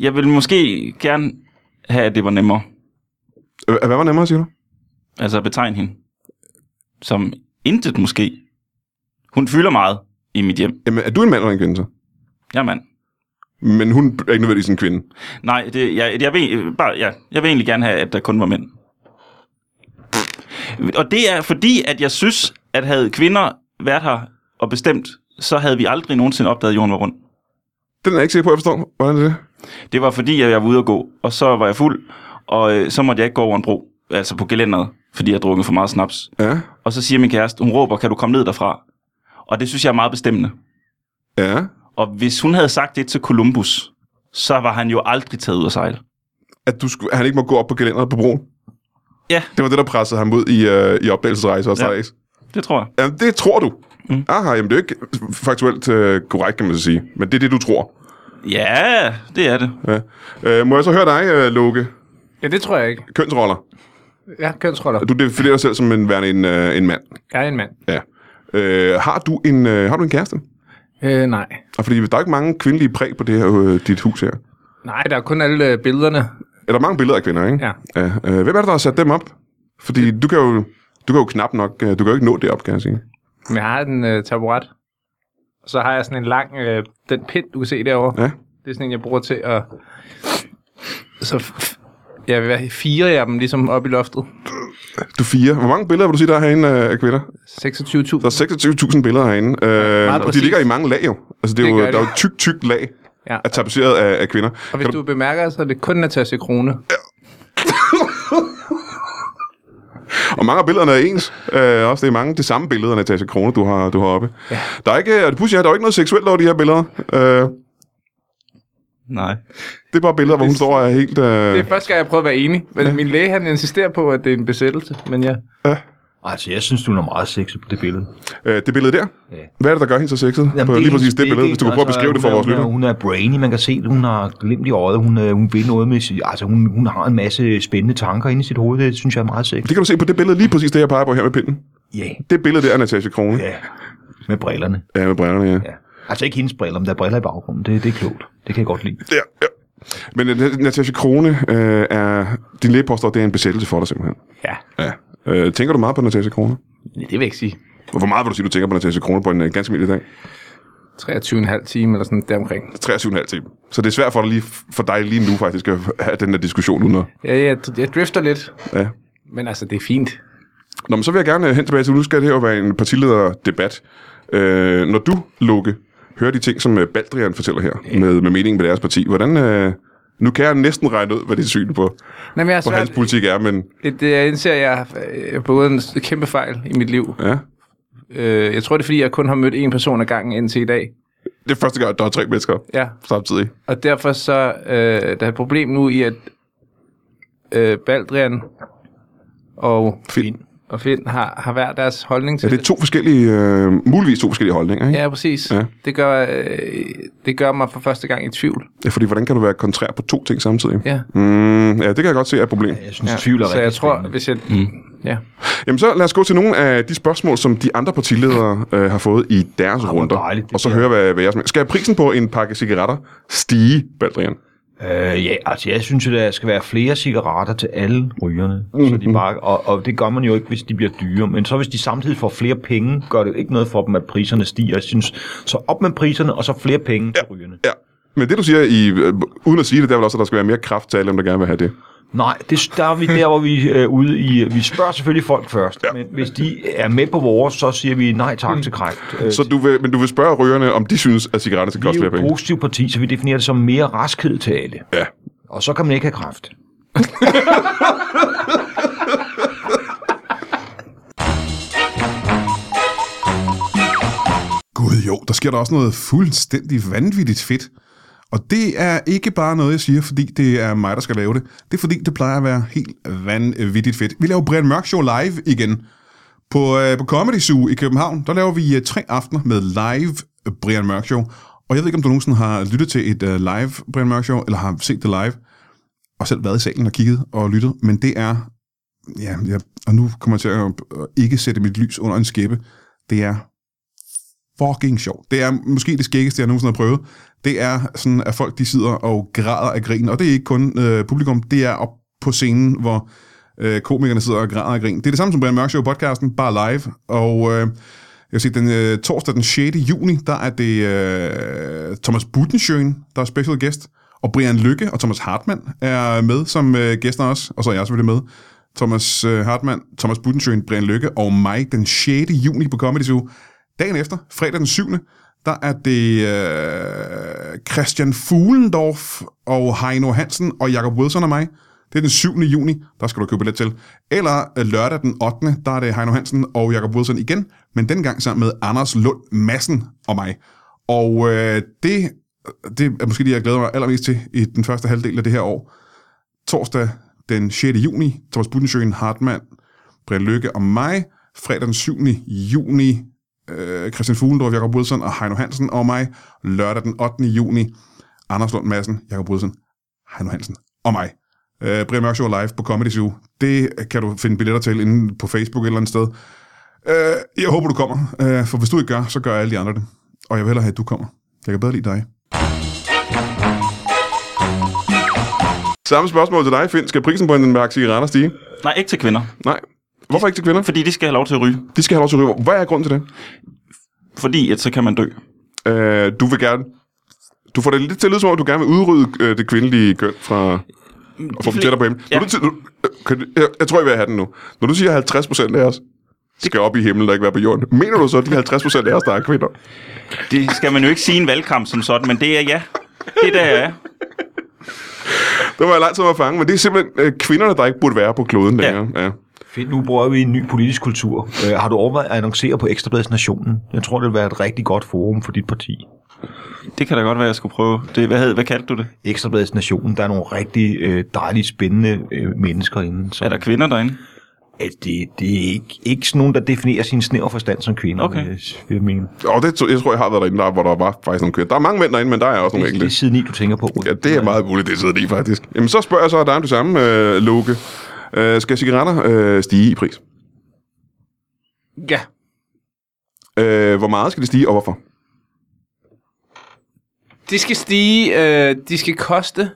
D: jeg ville måske gerne have, at det var nemmere.
A: Øh, hvad var nemmere, siger du?
D: Altså at betegne hende som intet måske. Hun fylder meget i mit hjem.
A: Jamen, er du en mand eller en kvinde så?
D: Jeg er mand.
A: Men hun er ikke nødvendigvis en kvinde.
D: Nej, det, jeg, jeg, vil, øh, bare, ja, jeg vil egentlig gerne have, at der kun var mænd. Og det er fordi, at jeg synes, at havde kvinder været her og bestemt, så havde vi aldrig nogensinde opdaget, at jorden var rundt.
A: Den er jeg ikke sikker på, jeg forstår. Hvordan er det?
D: Det var fordi, at jeg var ude at gå, og så var jeg fuld, og øh, så måtte jeg ikke gå over en bro, altså på gelænderet, fordi jeg havde drukket for meget snaps.
A: Ja,
D: Og så siger min kæreste, hun råber, kan du komme ned derfra? Og det synes jeg er meget bestemmende.
A: ja.
D: Og hvis hun havde sagt det til Columbus, så var han jo aldrig taget ud at sejle.
A: At, du skulle, at han ikke må gå op på gelænderet på broen.
D: Ja.
A: Det var det, der pressede ham ud i, øh, i opdagelsesrejser og sejlads. Ja.
D: Det tror jeg.
A: Jamen, det tror du. Mm.
D: Mm.
A: Aha, jamen det er jo ikke faktuelt øh, korrekt, kan man så sige. Men det er det, du tror.
D: Ja, det er det.
A: Ja. Øh, må jeg så høre dig, øh, Loke?
B: Ja, det tror jeg ikke.
A: Kønsroller.
B: Ja, kønsroller.
A: Du definerer dig selv som en, værende en, øh, en mand.
B: Jeg er en mand.
A: Ja. Øh, har, du en, øh, har du en kæreste?
B: Øh, nej.
A: Og fordi der er ikke mange kvindelige præg på det her, øh, dit hus her.
B: Nej, der er kun alle øh, billederne.
A: Er der mange billeder af kvinder, ikke?
B: Ja.
A: ja. Øh, hvem er det, der har sat dem op? Fordi du kan jo, du kan jo knap nok, øh, du kan jo ikke nå det op, kan jeg sige.
B: Men jeg har en øh, taburet. Og så har jeg sådan en lang, øh, den pind, du kan se derovre.
A: Ja.
B: Det er sådan en, jeg bruger til at... Så f- jeg vil være fire af dem ligesom op i loftet.
A: Du er fire. Hvor mange billeder vil du sige, der er herinde øh, af kvinder?
B: 26.000.
A: Der er 26.000 billeder herinde. Øh, og de
B: præcist.
A: ligger i mange lag jo. Altså, det er
B: Det
A: jo,
B: gør
A: der er
B: de.
A: jo et tyk, tyk lag
B: Ja.
A: af tapetseret af, af kvinder.
B: Og hvis
A: Kan
B: du bemærker, så er det kun Natasha Krone.
A: Og mange af billederne er ens. Øh, også det er mange det samme billeder, Natasha Krone, du har, du har oppe. Ja. Der er ikke, og det pudsige er, der er jo ikke noget seksuelt over de her billeder. Øh,
D: Nej.
A: det er bare billeder, hvor hun står og er helt... Øh,
B: Det er første gang, jeg prøver at være enig. Men min læge, han insisterer på, at det er en besættelse. Men ja,
C: Altså, jeg synes, du er meget sexet på det billede.
A: øh, det billede der.
C: Ja.
A: Hvad er det, der gør hende så sexet? Jamen, på
C: er
A: lige
C: hendes-
A: præcis det, billede, hvis du kan prøve at
C: altså,
A: beskrive det for
C: hun er-
A: vores
C: hun er-
A: lytter.
C: Hun er brainy, man kan se det. Hun har glemt i øjet, hun, øh, hun vil noget med sit, Altså, hun, hun har en masse spændende tanker inde i sit hoved. Det synes jeg er meget sexet.
A: Det kan du se på det billede, lige præcis det, jeg peger på her med pinden.
C: Ja,
A: Det billede der er Natasha Krone. Ja.
C: ja. Med brillerne.
A: ja, med brillerne, ja.
C: Ja. Altså ikke hendes briller, men der er briller i baggrunden. Det, det er klogt. Det kan jeg godt lide.
A: ja. ja. Men øh, Natasha Krone øh, er... Din læge påstår, at det er en besættelse for dig simpelthen.
B: ja.
A: Ja. Øh, tænker du meget på Natasha Krone?
B: det vil jeg ikke sige.
A: Hvor meget vil du sige, du tænker på Natasha Krone på en øh, ganske almindelig dag?
B: 23,5 time eller sådan deromkring.
A: 23,5 time. Så det er svært for dig, lige, for dig lige nu faktisk at have den der diskussion uden at...
B: Ja, jeg, jeg drifter lidt.
A: Ja.
B: Men altså, det er fint.
A: Nå, men så vil jeg gerne øh, hen tilbage til, nu skal det her jo være en partilederdebat. Øh, når du, Lukke, hører de ting, som øh, Baldrian fortæller her, med, med meningen med deres parti, hvordan... Øh, nu kan jeg næsten regne ud, hvad det syn på,
B: Nej, men jeg
A: på
B: har
A: hans
B: svært,
A: politik er, men
B: det, det, jeg indser, at jeg har øh, begået en kæmpe fejl i mit liv.
A: ja.
B: Øh, jeg tror, det er, fordi jeg kun har mødt én person ad gangen indtil i dag.
A: Det er første gang, der er tre mennesker
B: Ja,
A: samtidig.
B: og derfor så øh, der er et problem nu i, at øh, Baldrian og,
A: Fint.
B: og Finn har, har hver deres holdning
A: Ja,
B: til
A: det er to forskellige, øh, muligvis to forskellige holdninger, ikke?
B: Ja, præcis.
A: Ja.
B: Ja. Det, gør, øh, det gør mig for første gang i tvivl.
A: Ja, fordi hvordan kan du være kontrær på to ting samtidig?
B: Ja.
A: Mm, ja, det kan jeg godt se er et problem.
C: Jeg synes, ja. tvivl er
B: Så
C: rigtig
B: jeg tror,
C: spændende.
B: hvis jeg... Mm. Ja.
A: Jamen så lad os gå til nogle af de spørgsmål, som de andre partiledere øh, har fået i deres
C: Ah, hvor
A: runder.
C: dejligt. Det
A: og så
C: bliver-
A: høre, hvad, hvad jeres... men- Skal prisen på en pakke cigaretter stige, Baldrian?
C: Øh, ja, altså jeg synes, at der skal være flere cigaretter til alle rygerne. Mm-hmm. Så
B: Mhm.
C: de bare, og, og det gør man jo ikke, hvis de bliver dyre. Men så hvis de samtidig får flere penge, gør det jo ikke noget for dem, at priserne stiger. Jeg synes, så op med priserne, og så flere penge ja. til rygerne.
A: Ja. Men det du siger, i, øh, uden at sige det, det er vel også, at der skal være mere kraft til alle, om der gerne vil have det.
C: Nej, det, der er vi der, hvor vi øh, ude i... Vi spørger selvfølgelig folk først, ja. men hvis de er med på vores, så siger vi nej tak til kræft. Øh,
A: Mm. Så du vil, men du vil spørge rygerne, om de synes, at cigaretter skal koste
C: vi er
A: flere
C: jo et
A: penge?
C: positivt parti, så vi definerer det som mere raskhed til alle.
A: Ja.
C: Og så kan man ikke have kræft.
E: Gud jo, der sker der også noget fuldstændig vanvittigt fedt. Og det er ikke bare noget, jeg siger, fordi det er mig, der skal lave det. Det er fordi, det plejer at være helt vanvittigt fedt. Vi laver Brian Mørk Show live igen. På, øh, på Comedy Zoo i København, der laver vi øh, tre aftener med live Brian Mørk Show. Og jeg ved ikke, om du nogensinde har lyttet til et øh, live Brian Mørk Show, eller har set det live. og selv været i salen og kigget og lyttet, men det er, ja, ja og nu kommer jeg til at øh, ikke sætte mit lys under en skæppe, det er fucking sjovt. Det er måske det skæggeste, jeg nogensinde har prøvet. Det er sådan, at folk de sidder og græder af grin, og det er ikke kun øh, publikum, det er op på scenen, hvor øh, komikerne sidder og græder af grin. Det er det samme som Brian Mørk Show podcasten, bare live, og... Øh, jeg vil sige, den øh, torsdag den 6. juni, der er det øh, Thomas Buttensjøen, der er special gæst, og Brian Lykke og Thomas Hartmann er med som øh, gæster også, og så er jeg selvfølgelig med. Thomas øh, Hartmann, Thomas Buttensjøen, Brian Lykke og mig den 6. juni på Comedy Zoo. Dagen efter, fredag den 7., der er det øh, Christian Fuglendorf og Heino Hansen og Jakob Wilson og mig. Det er den 7. juni, der skal du købe billet til. Eller øh, lørdag den 8., der er det Heino Hansen og Jakob Wilson igen, men dengang sammen med Anders Lund Madsen og mig. Og øh, det, det er måske det, jeg glæder mig allermest til i den første halvdel af det her år. Torsdag den 6. juni, Thomas Budensjøen, Hartmann, Brian Lykke og mig. Fredag den 7. juni, øh, Christian Fuglendorf, Jakob Wilson og Heino Hansen og mig. Lørdag den 8. juni, Anders Lund Madsen, Jakob Wilson, Heino Hansen og mig. Øh, Brian Mørk Show live på Comedy Zoo. Det kan du finde billetter til inde på Facebook et eller andet sted. Øh, jeg håber, du kommer, øh, for hvis du ikke gør, så gør alle de andre det. Og jeg vil hellere have, at du kommer. Jeg kan bedre lide dig.
A: Samme spørgsmål til dig, Finn. Skal prisen på en mærke cigaretter stige?
D: Nej, ikke til kvinder.
A: Nej. Hvorfor ikke til kvinder?
D: Fordi de skal have lov til at ryge.
A: De skal have lov til at ryge. Hvad er grunden til det?
D: Fordi at så kan man dø.
A: Øh, du vil gerne... Du får det lidt til at lyde som om, du gerne vil udrydde øh, det kvindelige køn fra... Og få dem
D: fle-
A: tættere på himlen. Ja.
D: Ja.
A: Når du, ti- nu- øh, kan, du- jeg, jeg tror, jeg vil have den nu. Når du siger, at 50% af os skal op i himlen og ikke være på jorden, mener du så, at de 50% af os, der er kvinder?
D: Det skal man jo ikke sige i en valgkamp som sådan, men det er ja. Det der er.
A: Det var jeg lang tid om at fange, men det er simpelthen øh, kvinderne, der ikke burde være på kloden
D: Ja.
A: længere. Ja.
C: Fedt, nu bruger vi en ny politisk kultur. Øh, har du overvejet at annoncere på Ekstrabladets Nationen? Jeg tror, det vil være et rigtig godt forum for dit parti.
D: Det kan da godt være, jeg skulle prøve. Det, hvad, hed, hvad kaldte du det?
C: Ekstrabladets Nationen, der er nogle rigtig øh, dejligt spændende øh, mennesker inde. Så
D: Er der kvinder derinde?
C: at det, det er ikke, ikke sådan nogen, der definerer sin snæver forstand som kvinder.
D: Okay.
C: vil jeg- vil Jeg mener.
A: Og det, tror- jeg tror, jeg har været derinde, der, hvor der var faktisk nogle kvinder. Der er mange mænd derinde, men der er også nogle
C: Det, det er
A: enkelte.
C: side 9, du tænker på.
A: Ja, det er meget muligt, det sidder lige faktisk. Jamen, så spørger jeg så dig om det samme, øh, Loke. Øh, skal cigaretter øh, stige i pris?
B: Ja.
A: Øh, hvor meget skal det stige, og hvorfor?
B: De skal stige, øh, de skal koste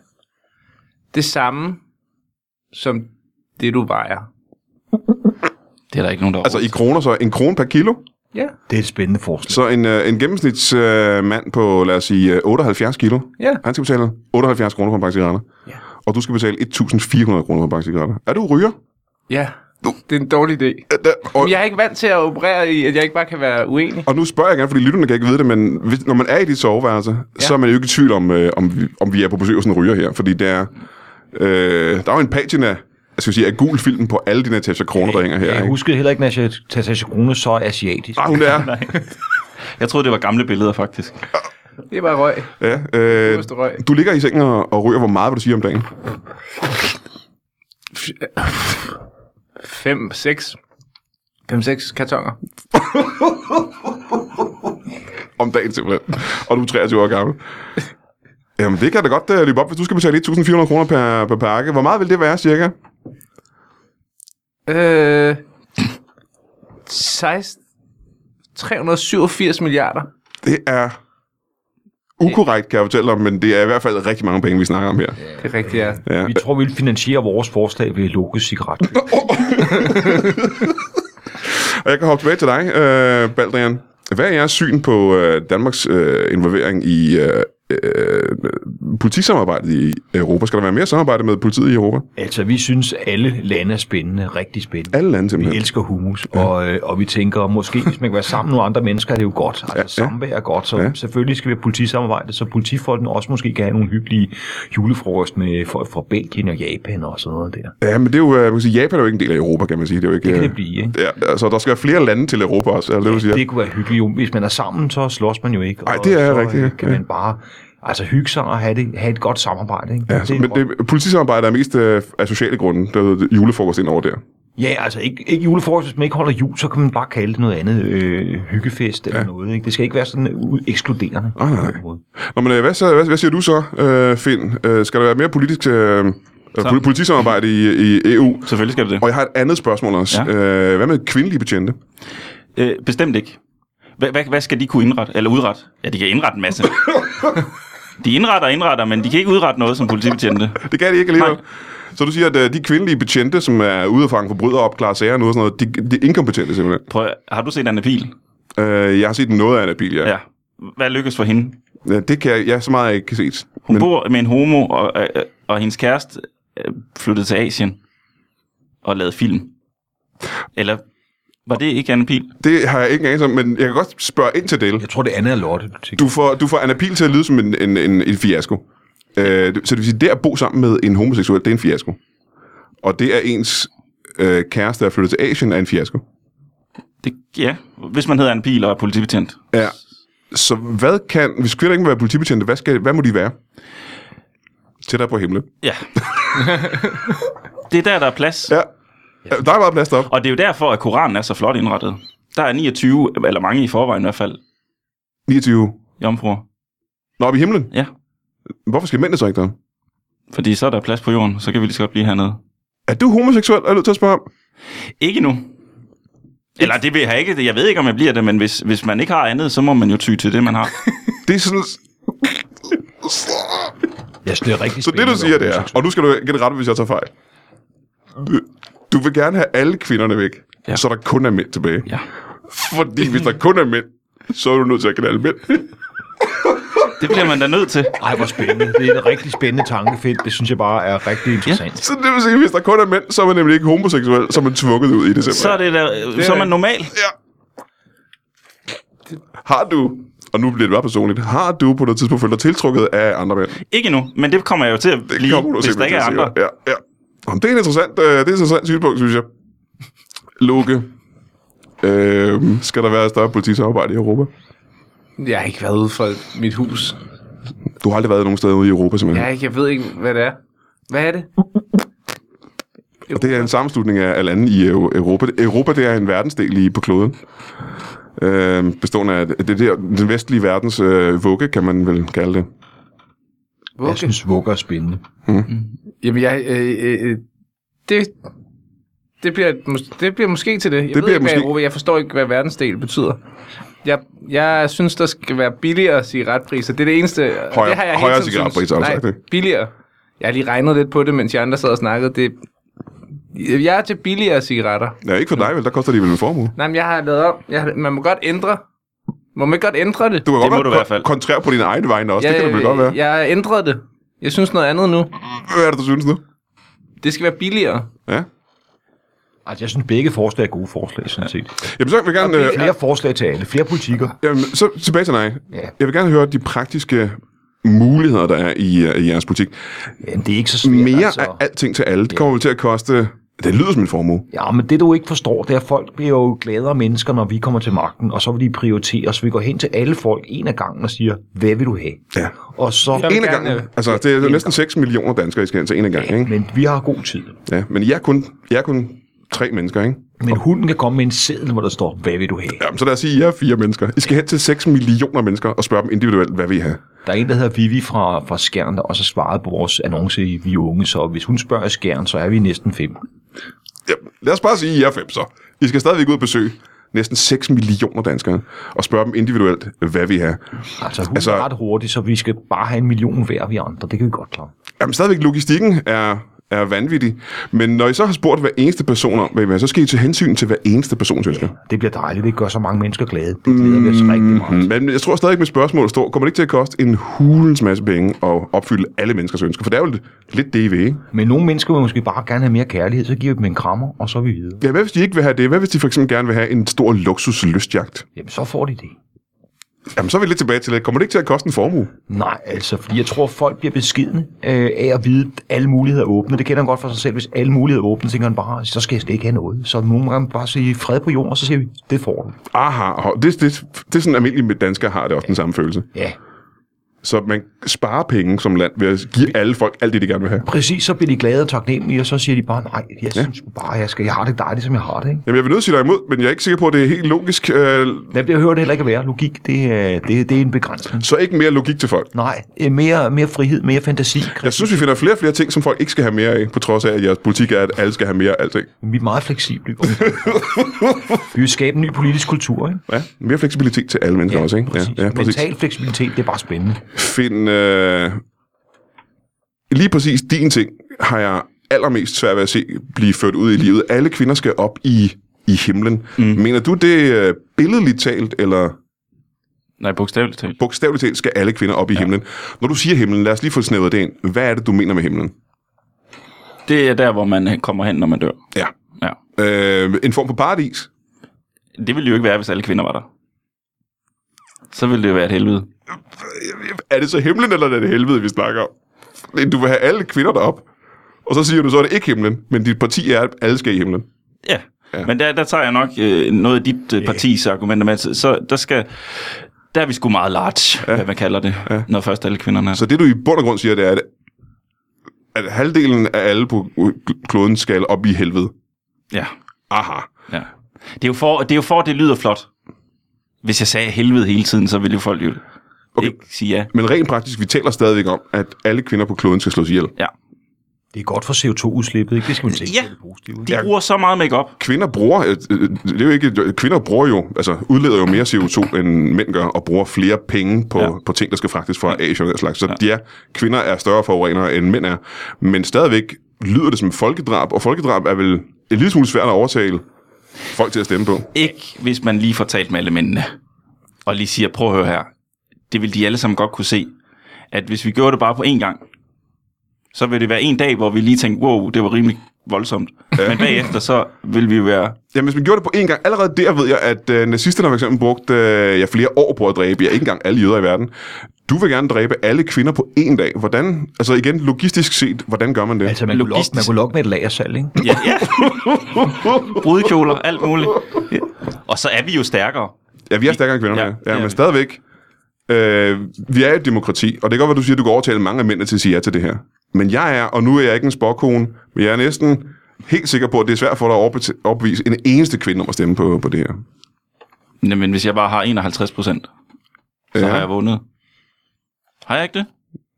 B: det samme som det, du vejer.
D: Det er der ikke nogen, der
A: Altså i kroner så, en krone per kilo.
B: Ja,
C: Det er et spændende forslag.
A: Så en, øh, en gennemsnitsmand øh, mand på, lad os sige, øh, 78 kilo,
B: ja.
A: han skal betale 78 kroner for en pakke cigaretter.
B: Ja.
A: Og du skal betale 1.400 kroner for en pakke cigaretter. Er du ryger?
B: Ja, det er en dårlig idé.
A: Øh, der- Og,
B: Men jeg er ikke vant til at operere i, at jeg ikke bare kan være uenig.
A: og nu spørger jeg gerne, fordi lytterne kan ikke vide det, men hvis, når man er i dit soveværelse, ja. så er man jo ikke i tvivl om, øh, om, vi, om vi er på besøg hos en ryger her. Fordi det er, øh, der er jo en patina jeg skal sige, af gul filmen på alle de Natasha Kroner, der hænger her.
C: Jeg
A: Ikke?
C: husker heller ikke, når Natasha Krone så er asiatisk.
A: Ah, hun er.
D: Jeg troede, det var gamle billeder, faktisk.
B: Det er bare røg.
A: Ja, øh,
B: Øverste røg.
A: du ligger i sengen og, og ryger. Hvor meget vil du sige om dagen?
B: 5, 6. 5, 6 kartonger.
A: Om dagen simpelthen. Og du er 23 år gammel. Jamen, det kan da godt uh, løbe op, hvis du skal betale 1.400 kroner per, per pakke. Hvor meget vil det være, cirka?
B: Øh, 16. 387 milliarder.
A: Det er ukorrekt, kan jeg fortælle dig, men det er i hvert fald rigtig mange penge, vi snakker om her.
B: Det er rigtigt, ja.
A: Ja.
C: Vi tror, vi vil finansiere vores forslag ved at lukke cigaret.
A: <laughs> Og jeg kan hoppe tilbage til dig, øh, Baldrian. Hvad er jeres syn på øh, Danmarks øh, involvering i øh, øh, politisamarbejdet i Europa? Skal der være mere samarbejde med politiet i Europa?
C: Altså, vi synes, alle lande er spændende, rigtig spændende.
A: Alle lande
C: Vi
A: simpelthen.
C: elsker humus, og, øh, og vi tænker, måske hvis man kan være sammen med nogle andre mennesker, er det jo godt. Altså,
A: Ja, ja.
C: samvær er godt, så
A: Ja.
C: selvfølgelig skal vi have politisamarbejde, så politifolkene også måske kan have nogle hyggelige julefrokost med folk fra Belgien og Japan og sådan noget der.
A: Ja, men det er jo, øh, man kan sige, Japan er jo ikke en del af Europa, kan man sige. Det, er jo ikke,
C: Det kan
A: øh,
C: det blive, ikke?
A: Ja, altså, der skal være flere lande til Europa også, er det, det, du siger?
C: Det kunne være hyggeligt. Jo. Hvis man er sammen, så slås man jo ikke.
A: Ej,
C: og
A: det er
C: så,
A: rigtigt,
C: øh,
A: ja.
C: Kan man bare altså, hygge sig og have, det, have et godt samarbejde. Ikke?
A: Ja, så,
C: er
A: men
C: godt.
A: det, politisamarbejde er mest øh, af sociale grunde, der hedder julefrokost ind over der.
C: Ja, altså ikke, ikke julefrokost. Hvis man ikke holder jul, så kan man bare kalde det noget andet. Øh, hyggefest eller noget. Ikke? Det skal ikke være sådan u- ekskluderende.
A: nej, nej.
C: på nogen måde.
A: Nå, men øh, hvad, så, hvad, hvad siger du så, øh, Finn? Øh, skal der være mere politisk øh, øh, politisamarbejde i, i EU.
D: Selvfølgelig skal det det.
A: Og jeg har et andet spørgsmål også. Ja.
D: Ja.
A: Øh, hvad med kvindelige betjente?
D: Øh, bestemt ikke. Hvad, hvad, hvad skal de kunne indrette, eller udrette? Ja, de kan indrette en <laughs> masse. de indretter og indretter, men de kan ikke udrette noget som politibetjente.
A: Det kan de ikke alligevel.
D: Nej.
A: Så du siger, at øh, de kvindelige betjente, som er ude at fange forbrydere og opklare sager og sådan noget, de, de er inkompetente simpelthen.
D: Prøv, at- har du set Anna Pil?
A: Øh, jeg har set noget af Anna ja. ja.
D: Ja. Hvad lykkes for hende?
A: Øh, Det kan jeg, ja, så meget har jeg ikke set.
D: Hun men... bor med en homo, og, øh, øh, og hendes kæreste øh, flyttede til Asien og lavede film. Eller var det ikke Anna Pil?
A: Det har jeg ikke anelse om, men jeg kan godt spørge ind til det.
C: Jeg tror, det andet er Lotte. Du tænker.
A: Du får, du får Anna Pihl til at lyde som en, en, en, en fiasko. Øh, så det vil sige, det at bo sammen med en homoseksuel, det er en fiasko. Og det er ens øh, kæreste, der er flyttet til Asien, er en fiasko.
D: Det, ja, hvis man hedder Anna Pil og er politibetjent.
A: Ja. Så hvad kan, hvis kvinder ikke må være politibetjente, hvad, skal, hvad må de være? Tættere på himlen.
D: Ja. <laughs> det er der, der er plads.
A: Ja. ja. Øh, Der er meget plads op.
D: Og det er jo derfor, at Koranen er så flot indrettet. Der er 29, eller mange i forvejen i hvert fald,
A: 29.
D: jomfruer.
A: Nå, oppe i himlen.
D: Ja,
A: Hvorfor skal mændene så ikke der?
D: fordi så er der plads på jorden, så kan vi lige så godt blive hernede.
A: Er du homoseksuel? Er jeg nødt til at spørge om?
D: Ikke nu. Eller det vil jeg ikke. Jeg ved ikke, om jeg bliver det, men hvis, hvis man ikke har andet, så må man jo ty til det, man har.
A: Det er sådan...
C: Jeg synes, det er rigtig
A: Så det, du
C: spændende,
A: siger, det
C: Lotte.
A: er... Og nu skal du gætte ret, hvis jeg tager fejl. Du- Du vil gerne have alle kvinderne væk, ja.
D: Ja.
A: så der kun er mænd tilbage.
D: Ja.
A: Fordi hvis der kun er mænd, så er du nødt til at knalde mænd.
D: Det bliver man da nødt til.
C: Ej, hvor spændende. Det er et rigtig spændende tankefelt. Det synes jeg bare er rigtig interessant.
A: Så det vil sige, hvis der kun er mænd, så er man nemlig ikke homoseksuel, så er man tvunget ud i det simpelthen.
D: Så er, det da, så er man normal.
A: Ja. Har du, og nu bliver det bare personligt, har du på noget tidspunkt følt dig tiltrukket af andre mænd?
D: Ikke nu, men det kommer jeg jo til at
A: Det
D: blive,
A: kommer du
D: hvis der
A: simpelthen
D: ikke
A: til
D: er
A: at
D: andre.
A: sige. Ja, ja. Jamen, det er en interessant, øh, det er et interessant synspunkt, synes jeg. Loke, øh, skal der være et større politisamarbejde i Europa?
B: Jeg har ikke været ude fra mit hus.
A: Du har aldrig været nogen steder ude i Europa,
B: Jeg,
A: simpelthen.
B: har ikke, jeg ved ikke, hvad det er. Hvad er det?
A: Og det er en sammenslutning af af lande i Eu- Europa. Europa, det er en verdensdel i på kloden. Øh, bestående af det der, den vestlige verdens øh, vugge, kan man vel kalde det.
C: Jeg
B: Okay.
C: synes, vugger er spændende.
B: Jamen, jeg... Øh, øh, øh, det, det, bliver, mås- det bliver måske til det. Jeg det ved
A: bliver
B: ikke, hvad
A: måske-
B: Europa, jeg forstår ikke, hvad verdensdel betyder. Jeg, jeg synes, der skal være billigere cigaretpriser. Det er det eneste... Højere,
A: Højere-
B: det har jeg hele
A: højere
B: tiden
A: cigaretpriser, har
B: syntes.
A: du
B: Nej,
A: sagt, ikke?
B: billigere. Jeg har lige regnet lidt på det, mens jeg andre sad og snakkede. Det, jeg er til billigere cigaretter.
A: Ja, ikke for dig vel, der koster de vel en formue.
B: Nej, men jeg har lavet om. Jeg har, man må godt ændre. Må man ikke godt ændre det?
A: Du kan godt
D: Det må
A: være
D: du i hvert fald.
A: kon- kontrær på dine egne vegne også, ja, det kan det vel godt være. Ja.
B: Jeg ændrede det. Jeg synes noget andet nu.
A: Hvad er det, du synes nu?
B: Det skal være billigere.
A: Ja.
C: Altså, jeg synes, begge forslag er gode forslag, sådan set.
A: Jamen, så vil jeg gerne... Øh,
C: Flere forslag til alle. Flere politikker.
A: jamen, så tilbage til dig.
C: Ja.
A: Jeg vil gerne høre de praktiske muligheder, der er i, øh, i jeres politik.
C: Jamen, det er ikke så svært,
A: Mere
C: altså.
A: af alting til alle. Det kommer vel til at koste... Det lyder som en formue.
C: Ja, men det du ikke forstår, det er, at folk bliver jo gladere mennesker, når vi kommer til magten, og så vil de prioritere, så vi går hen til alle folk en af gangen og siger, hvad vil du have?
A: Ja.
C: Og så,
A: En
B: vil
A: af
B: gerne-
A: gangen.
C: øh,
A: Altså, det er næsten 6 millioner danskere, I skal hen til en af gangen, ikke?
C: men vi har god tid.
A: Ja, men I er kun, I er kun tre mennesker, ikke?
C: Men hunden kan komme med en seddel, hvor der står, hvad vil du have?
A: Jamen, så lad os sige, at I er fire mennesker. I skal hen til 6 millioner mennesker og spørge dem individuelt, hvad vi have.
C: Der er en, der hedder Vivi fra, fra Skjern, der også har svaret på vores annonce i Vi er Unge, så hvis hun spørger Skjern, så er vi næsten fem.
A: Ja, lad os bare sige, at I er fem så. I skal stadigvæk ud og besøge næsten 6 millioner danskere og spørge dem individuelt, hvad vi har.
C: Altså, hun
A: Altså-
C: altså, er ret hurtig, så vi skal bare have en million hver, vi andre. Det kan vi godt klare.
A: Jamen stadigvæk, logistikken er, er vanvittig, men når I så har spurgt hver eneste person om, hvad I vil have, så skal I til hensyn til hver eneste persons ønsker.
C: Det bliver dejligt. Det gør så mange mennesker glade. Det glæder vi os rigtig meget. til.
A: Men jeg tror stadigvæk, mit spørgsmål står, kommer det ikke til at koste en hulens masse penge at opfylde alle menneskers ønsker? For det er jo lidt, lidt det, I vil, ikke?
C: Men nogle mennesker vil måske bare gerne have mere kærlighed, så giver vi dem en krammer, og så er vi videre.
A: Ja, hvad hvis de ikke vil have det? Hvad hvis de for eksempel gerne vil have en stor luksuslystjagt?
C: Jamen, så får de det.
A: Jamen, så er vi lidt tilbage til det. Kommer det ikke til at koste en formue?
C: Nej, altså, fordi jeg tror, folk bliver beskidende øh, af at vide, at alle muligheder er åbne. Det kender man godt for sig selv. Hvis alle muligheder er åbne, tænker man bare, så skal jeg slet ikke have noget. Så nogle gange bare sige fred på jorden, og så siger vi, det får du.
A: Aha, og det, det, det er sådan almindeligt, med danskere har det også den samme følelse.
C: Ja.
A: Så man sparer penge som land ved at give alle folk alt det, de gerne vil have.
C: Præcis, så bliver de glade og taknemmelige, og så siger de bare, nej, jeg ja. synes bare, jeg, skal, jeg har det dejligt, som jeg har det. Ikke?
A: Jamen, jeg vil nødt til at sige dig imod, men jeg er ikke sikker på, at det er helt logisk. Øh,
C: Det behøver det heller ikke at være. Logik, det, er- det, det er en begrænsning.
A: så ikke mere logik til folk.
C: Nej, øh, mere, mere frihed, mere fantasi.
A: Jeg synes, vi finder flere og flere ting, som folk ikke skal have mere af, på trods af, at jeres politik er, at alle skal have mere af alting.
C: Vi er meget fleksible. i vores samfund. vi vil skabe en ny politisk kultur, ikke?
A: Ja, mere fleksibilitet til alle mennesker ja, også, ikke?
C: Præcis.
A: Ja, ja, præcis.
C: Mental fleksibilitet, det er bare spændende.
A: Find, øh, lige præcis din ting har jeg allermest svært ved at se blive ført ud i livet. Alle kvinder skal op i, i himlen. Mm. Mener du det øh, billedligt talt, eller
D: Nej, bogstaveligt talt.
A: bogstaveligt talt skal alle kvinder op i ja. himlen? Når du siger himlen, lad os lige få snævret det ind. Hvad er det, du mener med himlen?
D: Det er der, hvor man øh, kommer hen, når man dør.
A: Ja.
D: Ja.
A: Øh, en form for paradis?
D: Det ville det jo ikke være, hvis alle kvinder var der. Så ville det jo være et helvede.
A: Er det så himlen, eller er det helvede, vi snakker om? Du vil have alle kvinder derop. Og så siger du så, at det ikke er himlen, men dit parti er, at alle skal i himlen.
D: Ja, ja. men der, der tager jeg nok øh, noget af dit øh, partis argumenter med. Så, så der skal... Der er vi sgu meget large, ja. hvad man kalder det, ja. når først alle kvinderne er.
A: Så det, du i bund og grund siger, det er, at, at halvdelen af alle på kloden skal op i helvede.
D: Ja,
A: Aha.
D: ja. Det er, jo for, det er jo for, at det lyder flot. Hvis jeg sagde helvede hele tiden, så ville jo folk jo okay. ikke sige ja.
A: Men rent praktisk, vi taler stadigvæk om, at alle kvinder på kloden skal slås ihjel.
D: Ja.
C: Det er godt for CO2-udslippet, ikke? Det skal man tænke
D: Ja,
C: på det positive.
D: de bruger så meget makeup.
A: Kvinder bruger, øh, øh, det er jo ikke, kvinder bruger jo, altså udleder jo mere CO2, end mænd gør, og bruger flere penge på, ja.
D: Ja.
A: på ting, der skal fragtes fra Asien og den slags. Så ja. ja, kvinder er større forurenere, end mænd er. Men stadigvæk lyder det som folkedrab, og folkedrab er vel en lille smule svært at overtale folk til at stemme på.
D: Ikke hvis man lige får talt med alle mændene, og lige siger, prøv at høre her. Det vil de alle sammen godt kunne se, at hvis vi gjorde det bare på én gang, så vil det være en dag, hvor vi lige tænker, wow, det var rimelig voldsomt. Ja. Men bagefter, så vil vi være...
A: Jamen, hvis man gjorde det på én gang, allerede der ved jeg, at øh, nazisterne for eksempel brugte øh, ja, flere år på at dræbe, ja, ikke engang alle jøder i verden. Du vil gerne dræbe alle kvinder på én dag. Hvordan, altså igen, logistisk set, hvordan gør man det?
C: Altså, man kunne, lokke,
D: Logistisk.
C: man kunne lokke med et lagersalg, ikke?
D: Ja, ja. Brudekjoler, alt muligt. Ja. Og så er vi jo stærkere.
A: Ja, vi er stærkere end kvinderne, ja,
D: Ja,
A: ja,
D: det
A: ja
D: er
A: men
D: vi.
A: stadigvæk. Øh, vi er et demokrati, og det kan godt være, du siger, at du kan overtale mange af mændene til at sige ja til det her. Men jeg er, og nu er jeg ikke en spåkone, men jeg er næsten helt sikker på, at det er svært for dig at overbe- overbevise en eneste kvinde om at stemme på, på det her.
D: Jamen, hvis jeg bare har 51 procent, så
A: Ja.
D: ja. har jeg vundet. Har jeg ikke det?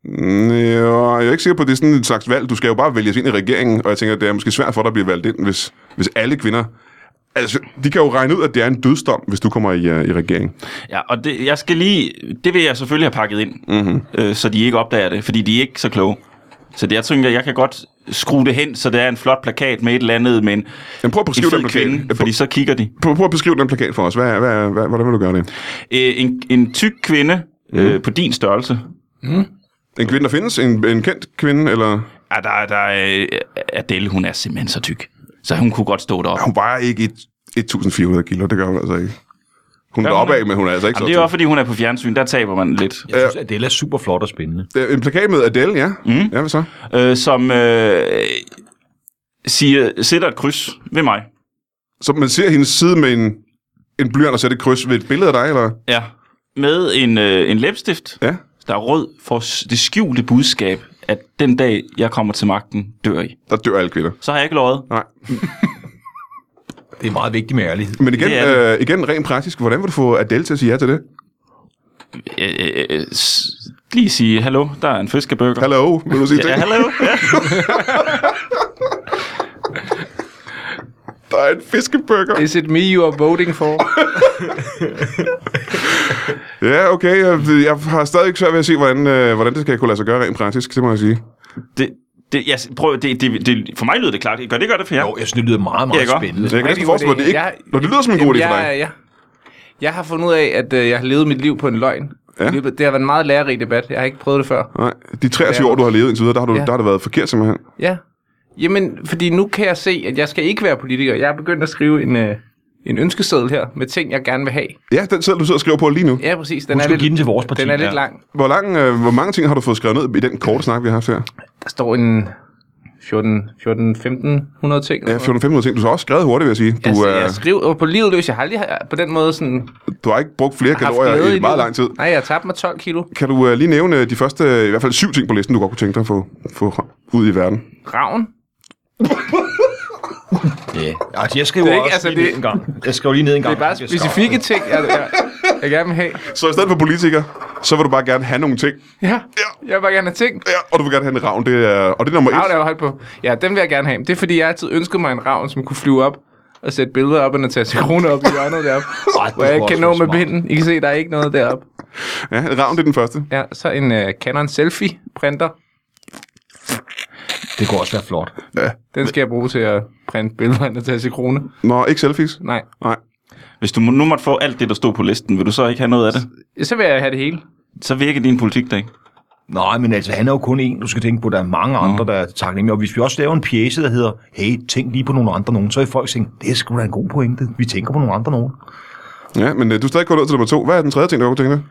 A: Mm, jo, Jeg er ikke sikker på, at det er sådan en slags valg. Du skal jo bare vælges ind i regeringen, og jeg tænker, at det er måske svært for dig at blive valgt ind, hvis, hvis alle kvinder... Altså, de kan jo regne ud, at det er en dødsdom, hvis du kommer i, uh, i regering.
D: Ja, og det, jeg skal lige, det vil jeg selvfølgelig have pakket ind,
A: Mhm.
D: mm-hmm. øh, så de ikke opdager det, fordi de er ikke så kloge. Så det, jeg tænker, jeg kan godt skrue det hen, så det er en flot plakat med et eller andet, men
A: Jamen, prøv at beskrive den
D: en fed
A: plakat.
D: kvinde,
A: Prøv-
D: fordi så kigger de.
A: Prøv, prøv at beskrive den plakat for os. Hvad, er- hvad, er- hvad, hvordan vil du gøre det?
D: Øh, en, en tyk kvinde
A: Mhm.
D: øh, på din størrelse,
A: En kvinde, der findes? En, en kendt kvinde? Eller...
D: ja, der, der, øh, Adele, hun er simpelthen så tyk, så hun kunne godt stå deroppe.
A: Hun vejer ikke et, 1.400 kilo, det gør hun altså ikke. Hun er
D: Gør hun
A: opad,
D: ikke?
A: men hun er altså ikke
D: Jamen, det er
A: så
D: jo også, fordi hun er på fjernsyn, der taber man lidt.
C: Jeg synes, at det er super flot og spændende.
A: tyk. Øh, En plakat med Adele, ja. Mm. Ja, hvad så?
D: øh, som øh, siger, sætter et kryds ved mig.
A: Så man ser hendes side med en, en blyant og sætter et kryds ved et billede af dig, eller?
D: Ja. Med en, øh, en læbstift,
A: Ja.
D: der er rød for s- det skjulte budskab, at den dag, jeg kommer til magten, dør I.
A: Der dør alle kvinder.
D: Så har jeg ikke løjet.
A: Nej.
C: Det er meget vigtigt med ærlighed.
A: Men igen,
D: Det er
A: øh, igen rent praktisk, hvordan vil du få Adele til at sige ja til det?
D: Øh, øh, øh, s- lige sige, hallo, der er en fiskeburger.
A: Hallo, vil du sige
D: Ja,
A: det?
D: hallo. Ja.
A: Der er en fiskeburger.
B: Is it me you are voting for?
A: Ja, okay. Jeg, jeg har stadig ikke svært ved at se, hvordan, øh, hvordan det skal kunne lade sig gøre rent praktisk, det må jeg sige.
D: Det, det, jeg, prøv, det, det, det, for mig lyder det klart. Gør det, gør det for jer.
C: Jo, jeg synes, det lyder meget, meget
D: Ja, ikke?
C: spændende.
A: Så jeg kan næsten
B: Rigtig
A: forestille mig,
B: god
A: at det
B: idé.
A: ikke...
B: Jeg-
A: Når det lyder som en god idé for dig.
B: Jeg, jeg, jeg har fundet ud af, at øh, jeg har levet mit liv på en løgn.
A: Ja.
B: Ja. Det har været en meget lærerig debat. Jeg har ikke prøvet det før.
A: Nej, de 23 år, du har levet indtil videre, der har, du,
B: Ja.
A: der har det været forkert simpelthen.
B: Ja. Jamen, fordi nu kan jeg se, at jeg skal ikke være politiker. Jeg er begyndt at skrive en, øh, en ønskeseddel her med ting, jeg gerne vil have.
A: Ja, den sidder du sidder og skriver på lige nu.
B: Ja, præcis. Den
C: Du
B: er
C: skal
B: lidt,
C: give den til vores parti.
B: den er lidt
D: ja.
B: lang.
A: Hvor, lang, øh, hvor mange ting har du fået skrevet ned i den korte snak, vi har haft her?
B: Der står en 14, 14 1500 ting.
A: Ja, 14-500 ting. Du har også skrevet hurtigt, vil jeg sige. Du,
B: Du, altså,
A: øh,
B: jeg skriver på livet løs. Jeg har aldrig har- på den måde sådan,
A: du har ikke brugt flere
B: haft
A: kalorier
B: glæde
A: i meget
B: livet.
A: lang tid.
B: Nej, jeg tabte mig 12 kilo.
A: Kan du øh, lige nævne de første, øh, i hvert fald syv ting på listen, du godt kunne tænke dig at få, få ud i verden?
B: Ravn.
C: Ja. Altså, jeg skriver
B: Det
C: det
B: er
C: ikke,
B: ikke-
C: også
B: altså,
C: altså, lige det...
B: det-
C: ned en gang. Jeg skriver lige ned en
B: Det
C: gang.
B: er bare
C: Jeg skriver-
B: specifikke ting, jeg, jeg, jeg gerne vil have.
A: Så i stedet for politiker, så vil du bare gerne have nogle ting.
B: Ja, jeg vil bare gerne have ting.
A: Ja, og du vil gerne have en ravn, det er, og det er nummer
B: Ravn er
A: et.
B: jo højt på. Ja, den vil jeg gerne have. Men Det er fordi, jeg altid ønskede mig en ravn, som kunne flyve op og sætte billeder op og Natasja Krone op i hjørnet deroppe.
C: Ej, det
B: hvor jeg ikke
C: kunne
B: kan nå
C: også være
B: med
C: smart.
B: pinden. I kan se, der er ikke noget deroppe.
A: Ja, en ravn det er den første.
B: Ja, så en uh, Canon selfie-printer.
C: Det kunne også være flot.
A: Ja.
B: Den skal jeg bruge til at printe billeder af Natasja Krone.
A: Nå, ikke selfies?
B: Nej.
A: Nej.
D: Hvis du må- nu måtte få alt det, der stod på listen, vil du så ikke have noget af det?
B: Så vil jeg have det hele.
D: Så virker din politik da ikke.
C: Nej, men altså, han er jo kun en, du skal tænke på. Der er mange andre, der er taknemmelige. Og hvis vi også laver en pjæse, der hedder, hey, tænk lige på nogle andre nogen, så vil folk tænke, det er sgu da en god pointe. Vi tænker på nogle andre nogen.
A: Ja, men øh, du er stadig gået ud til nummer to. Hvad er den tredje ting, du godt kunne tænke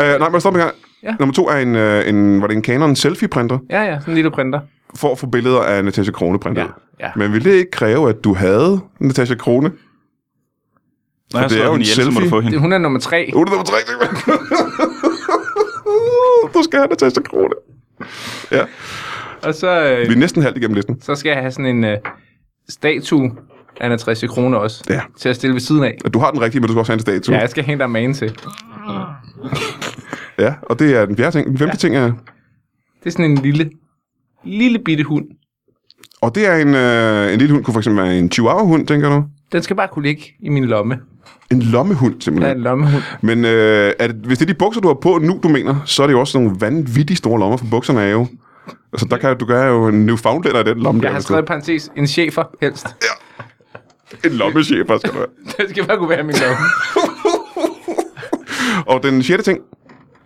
A: dig? Øh, nej, men stop en gang.
B: Ja.
A: Nummer to er en, øh, en, var det en Canon selfie-printer,
B: Ja, ja, sådan en lille printer.
A: for at få billeder af Natasha Krone printet.
B: Ja, ja.
A: Men ville det ikke kræve, at du havde Natasha Krone?
D: Når jeg
A: det er
D: slår
A: jo en
D: hende ihjel, så må du
A: selfie.
D: få hende.
B: Det- Hun er nummer tre.
A: Nu er det nummer tre, ting. <laughs> Du skal have Natasha Krone. Ja,
B: Og så, øh,
A: vi er næsten halvt igennem listen.
B: så skal jeg have sådan en øh, statue af Natasja Krone også.
A: Ja.
B: Til at stille ved siden af.
A: Du har den rigtige, men du skal også have en statue.
B: Ja, jeg skal hænge der magen til.
A: ja og det er den fjerde ting. Den femte ja. ting er...
B: Det er sådan en lille, lille bitte hund.
A: Og det er en, øh, en lille hund, kunne for eksempel være en chihuahua-hund, tænker du?
B: Den skal bare kunne ligge i min lomme.
A: En lommehund,
B: Der
A: simpelthen.
B: er en lommehund.
A: Men øh, er det, hvis det er de bukser, du har på nu, du mener, så er det jo også nogle vanvittigt store lommer, for bukserne er jo... Altså, der kan jo- du gøre jo en Newfoundlander i den lomme.
B: Jeg har
A: hvis du-
B: skrevet i parentes, en chefer helst. <laughs>
A: En lommechef, skal du have.
B: Den skal bare kunne være i min lomme.
A: Og den sjette ting...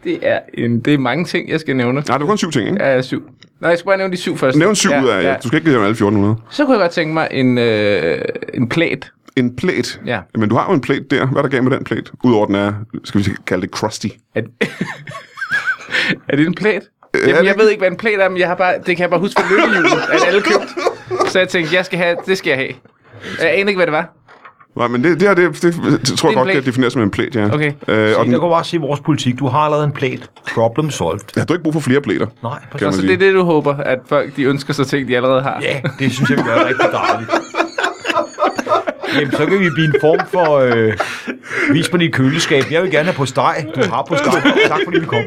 B: Det er, en, det er mange ting, jeg skal nævne.
A: Nej, det var kun syv ting, ikke?
B: Ja, ja, syv. Nej, jeg skal bare nævne de syv først.
A: Nævn syv ud af... Ja. Du skal ikke nævne alle 1400.
B: Så kunne jeg godt tænke mig en, øh, en plæt.
A: En plæt.
B: Ja.
A: Men du har jo en plæt der. Hvad er der galt med den plæt? Udover den er, skal vi kalde det crusty.
B: Er, <laughs> er det en plæt?
A: Øh, er det
B: Jamen, jeg
A: ikke?
B: ved ikke, hvad en plæt er, men jeg har bare, det kan jeg bare huske fra lykkehjulet, at alle købte. Så jeg tænkte, jeg skal have, det skal jeg have. Jeg aner ikke, hvad det var.
A: Nej, men det, det her, det, det, det tror jeg
B: en
A: godt,
B: plæt.
A: kan defineres som en plæt, ja.
B: Okay.
A: Øh, og
C: Den...
A: den,
C: Jeg kan bare se vores politik. Du har allerede en plæt. Problem solved.
A: har du ikke brug for flere plæter?
C: Nej, præcis.
A: man
B: Så
A: sige.
B: det er det, du håber, at folk de ønsker sig ting, de allerede har.
C: Ja, det synes jeg, vi gør rigtig dejligt. Jamen, så kan vi blive en form for... Øh, vis mig dit køleskab. Jeg vil gerne have på steg. Du har på steg. Tak fordi vi kom.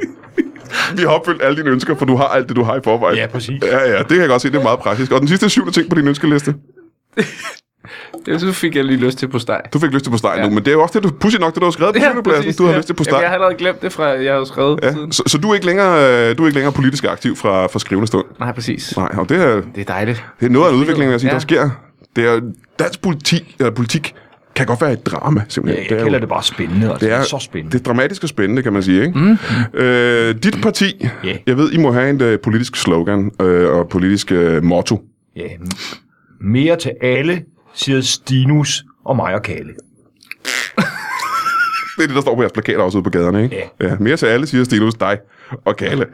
A: Vi har opfyldt alle dine ønsker, for du har alt det, du har i forvejen.
C: Ja, præcis.
A: Ja, ja, det kan jeg godt se, det er meget praktisk. Og den sidste syvende ting på din ønskeliste.
B: Det så fik jeg lige lyst til på steg.
A: Du fik lyst til på steg ja. nu, men det er jo også det, du pussy nok, det du har skrevet på ja, pladsen. Du har lyst til på
B: Jamen, jeg har
A: steg.
B: allerede glemt det fra, jeg har skrevet ja.
A: Ja,
B: siden.
A: så, så, du, er ikke længere, øh, du er ikke længere politisk aktiv fra, fra skrivende stund.
B: Nej, præcis.
A: Nej, og det er,
B: Det er dejligt.
A: det er noget af en udvikling, vil jeg sige, ja.
B: Ja.
A: der sker. Det er dansk politi, eller politik kan godt være et drama, simpelthen.
C: Jeg
A: er jo-
C: kalder det bare spændende. Altså. Det er så spændende.
A: Det er dramatisk og spændende, kan man sige. Ikke? Mm. Øh, dit parti,
C: Ja.
A: jeg ved, I må have en øh, politisk slogan øh, og politisk øh, motto.
C: Ja, m- mere til alle, siger Stinus og mig og Kalle.
A: Det er det, der står på jeres plakater også ude på gaderne, ikke?
C: Ja.
A: ja mere til alle, siger Stinus, dig og Kalle.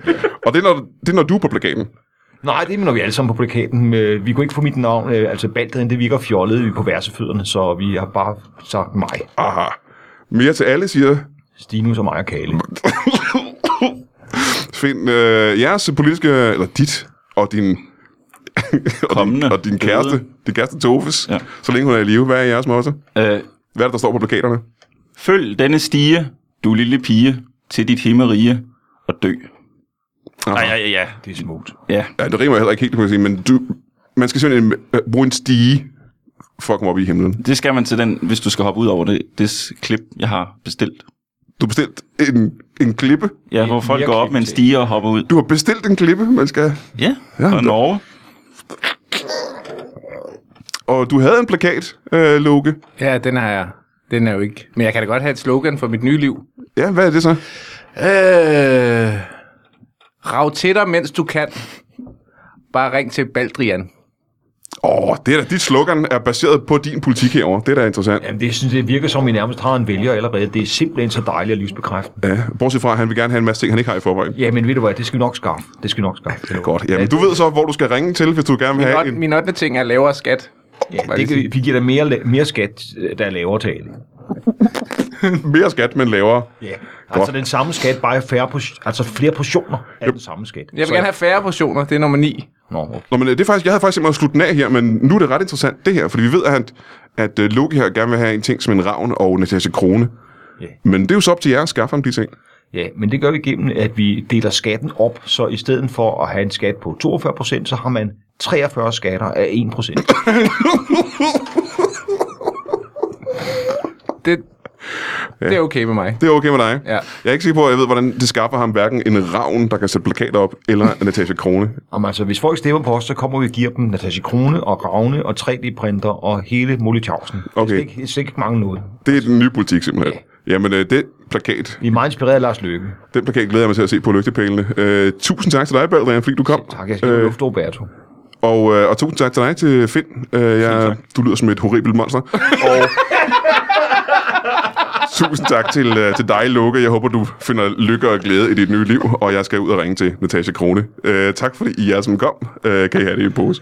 A: og det er, når, det er, når du er på plakaten.
C: Nej, det er når vi alle sammen på plakaten. Øh, Vi kunne ikke få mit navn. øh, Altså, Baldaden, det virker fjollet vi er på værsefødderne, så vi har bare sagt mig.
A: Aha. Mere til alle, siger...
C: Stinus og mig og Kalle.
A: Find øh, jeres politiske... Eller dit og din... <laughs> og, din,
D: Kommende.
A: og din kæreste. Din kæreste Tofes. Ja.
D: Ja.
A: Så længe hun er i live. Hvad er jeres motto?
D: Øh,
A: Hvad er det, der står på plakaterne?
D: følg denne stige, du lille pige, til dit himmerige og dø. Nej, ja, ja, ja.
C: Det er smukt.
D: ja.
A: Ja, det rimer heller ikke helt, kan man sige, men du, man skal simpelthen øh, bruge en stige for at komme op i himlen.
D: Det skal man til den, hvis du skal hoppe ud over det, det s- klip, jeg har bestilt.
A: Du har bestilt en, en klippe.
D: Ja, hvor folk går op med en stige og hopper ud.
A: Du har bestilt en klippe, man skal...
D: Ja,
A: Ja,
D: og
A: der-
D: Norge.
A: Og du havde en plakat, øh, Loke.
B: Ja, den har jeg. Den er jo ikke. Men jeg kan da godt have et slogan for mit nye liv.
A: Ja, hvad er det så?
B: Øh, rav til dig, mens du kan. Bare ring til Baldrian.
A: Åh, oh, det er da, dit slogan er baseret på din politik herovre. Det er da interessant.
C: Jamen, det, synes, det virker som, at vi nærmest har en vælger allerede. Det er simpelthen så dejligt at livsbekræfte.
A: Ja, bortset fra, at han vil gerne have en masse ting, han ikke har i forvejen.
C: Ja, men ved du hvad, det skal vi nok skaffe. Det skal vi nok skaffe. Det
A: Godt. Jamen, du ved så, hvor du skal ringe til, hvis du gerne vil
B: Min,
A: have
B: otte-
A: en...
B: min 8. ting er lavere skat.
C: Ja, det kan, vi- vi giver dig mere, la- mere skat, øh, der er lavere til alle.
A: Mere skat, men lavere.
C: Ja. Altså den samme skat, bare færre pos- altså flere portioner af den samme skat.
B: Jeg vil gerne have færre portioner, det er nummer 9.
C: Nå,
A: Nå, men øh, det er faktisk, jeg havde faktisk simpelthen slutte den af her, men nu er det ret interessant, det her, fordi vi ved, at, han- at øh, Loki her gerne vil have en ting som en ravn og Natasha Krone.
C: Ja.
A: Men det er jo så op til jer at skaffe ham de ting.
C: Ja, men det gør vi gennem, at vi deler skatten op, så i stedet for at have en skat på 42 procent, så har man 43 skatter af 1
A: <coughs>
C: procent.
B: Det, det er okay med mig.
A: Det er okay med dig.
B: Ja.
A: Jeg er ikke sikker på, at jeg ved, hvordan det skaffer ham hverken en ravn, der kan sætte plakater op, eller Natasha Krone.
C: Om altså, hvis folk stemmer på os, så kommer vi og giver dem Natasha Krone og Ravne og 3D-printer og hele Molly Tjavsen.
A: Okay.
C: Det er ikke, det er ikke mange noget.
A: Det er den nye politik, simpelthen. Jamen, øh, den plakat,
C: Vi er meget inspireret af Lars Løkke.
A: den plakat glæder jeg mig til at se på lygtepælene. Øh, tusind tak til dig, Baldrian, fordi du kom.
C: Tak, jeg skal øh. lufte Roberto.
A: Og, øh, og tusind tak til dig, til Finn. Øh, jeg, du lyder som et horribelt monster. Og <laughs> tusind tak til, øh, til dig, Lukke. Jeg håber, du finder lykke og glæde i dit nye liv, og jeg skal ud og ringe til Natasha Krone. Øh, tak fordi I er som kom. Øh, kan I have det i en pose?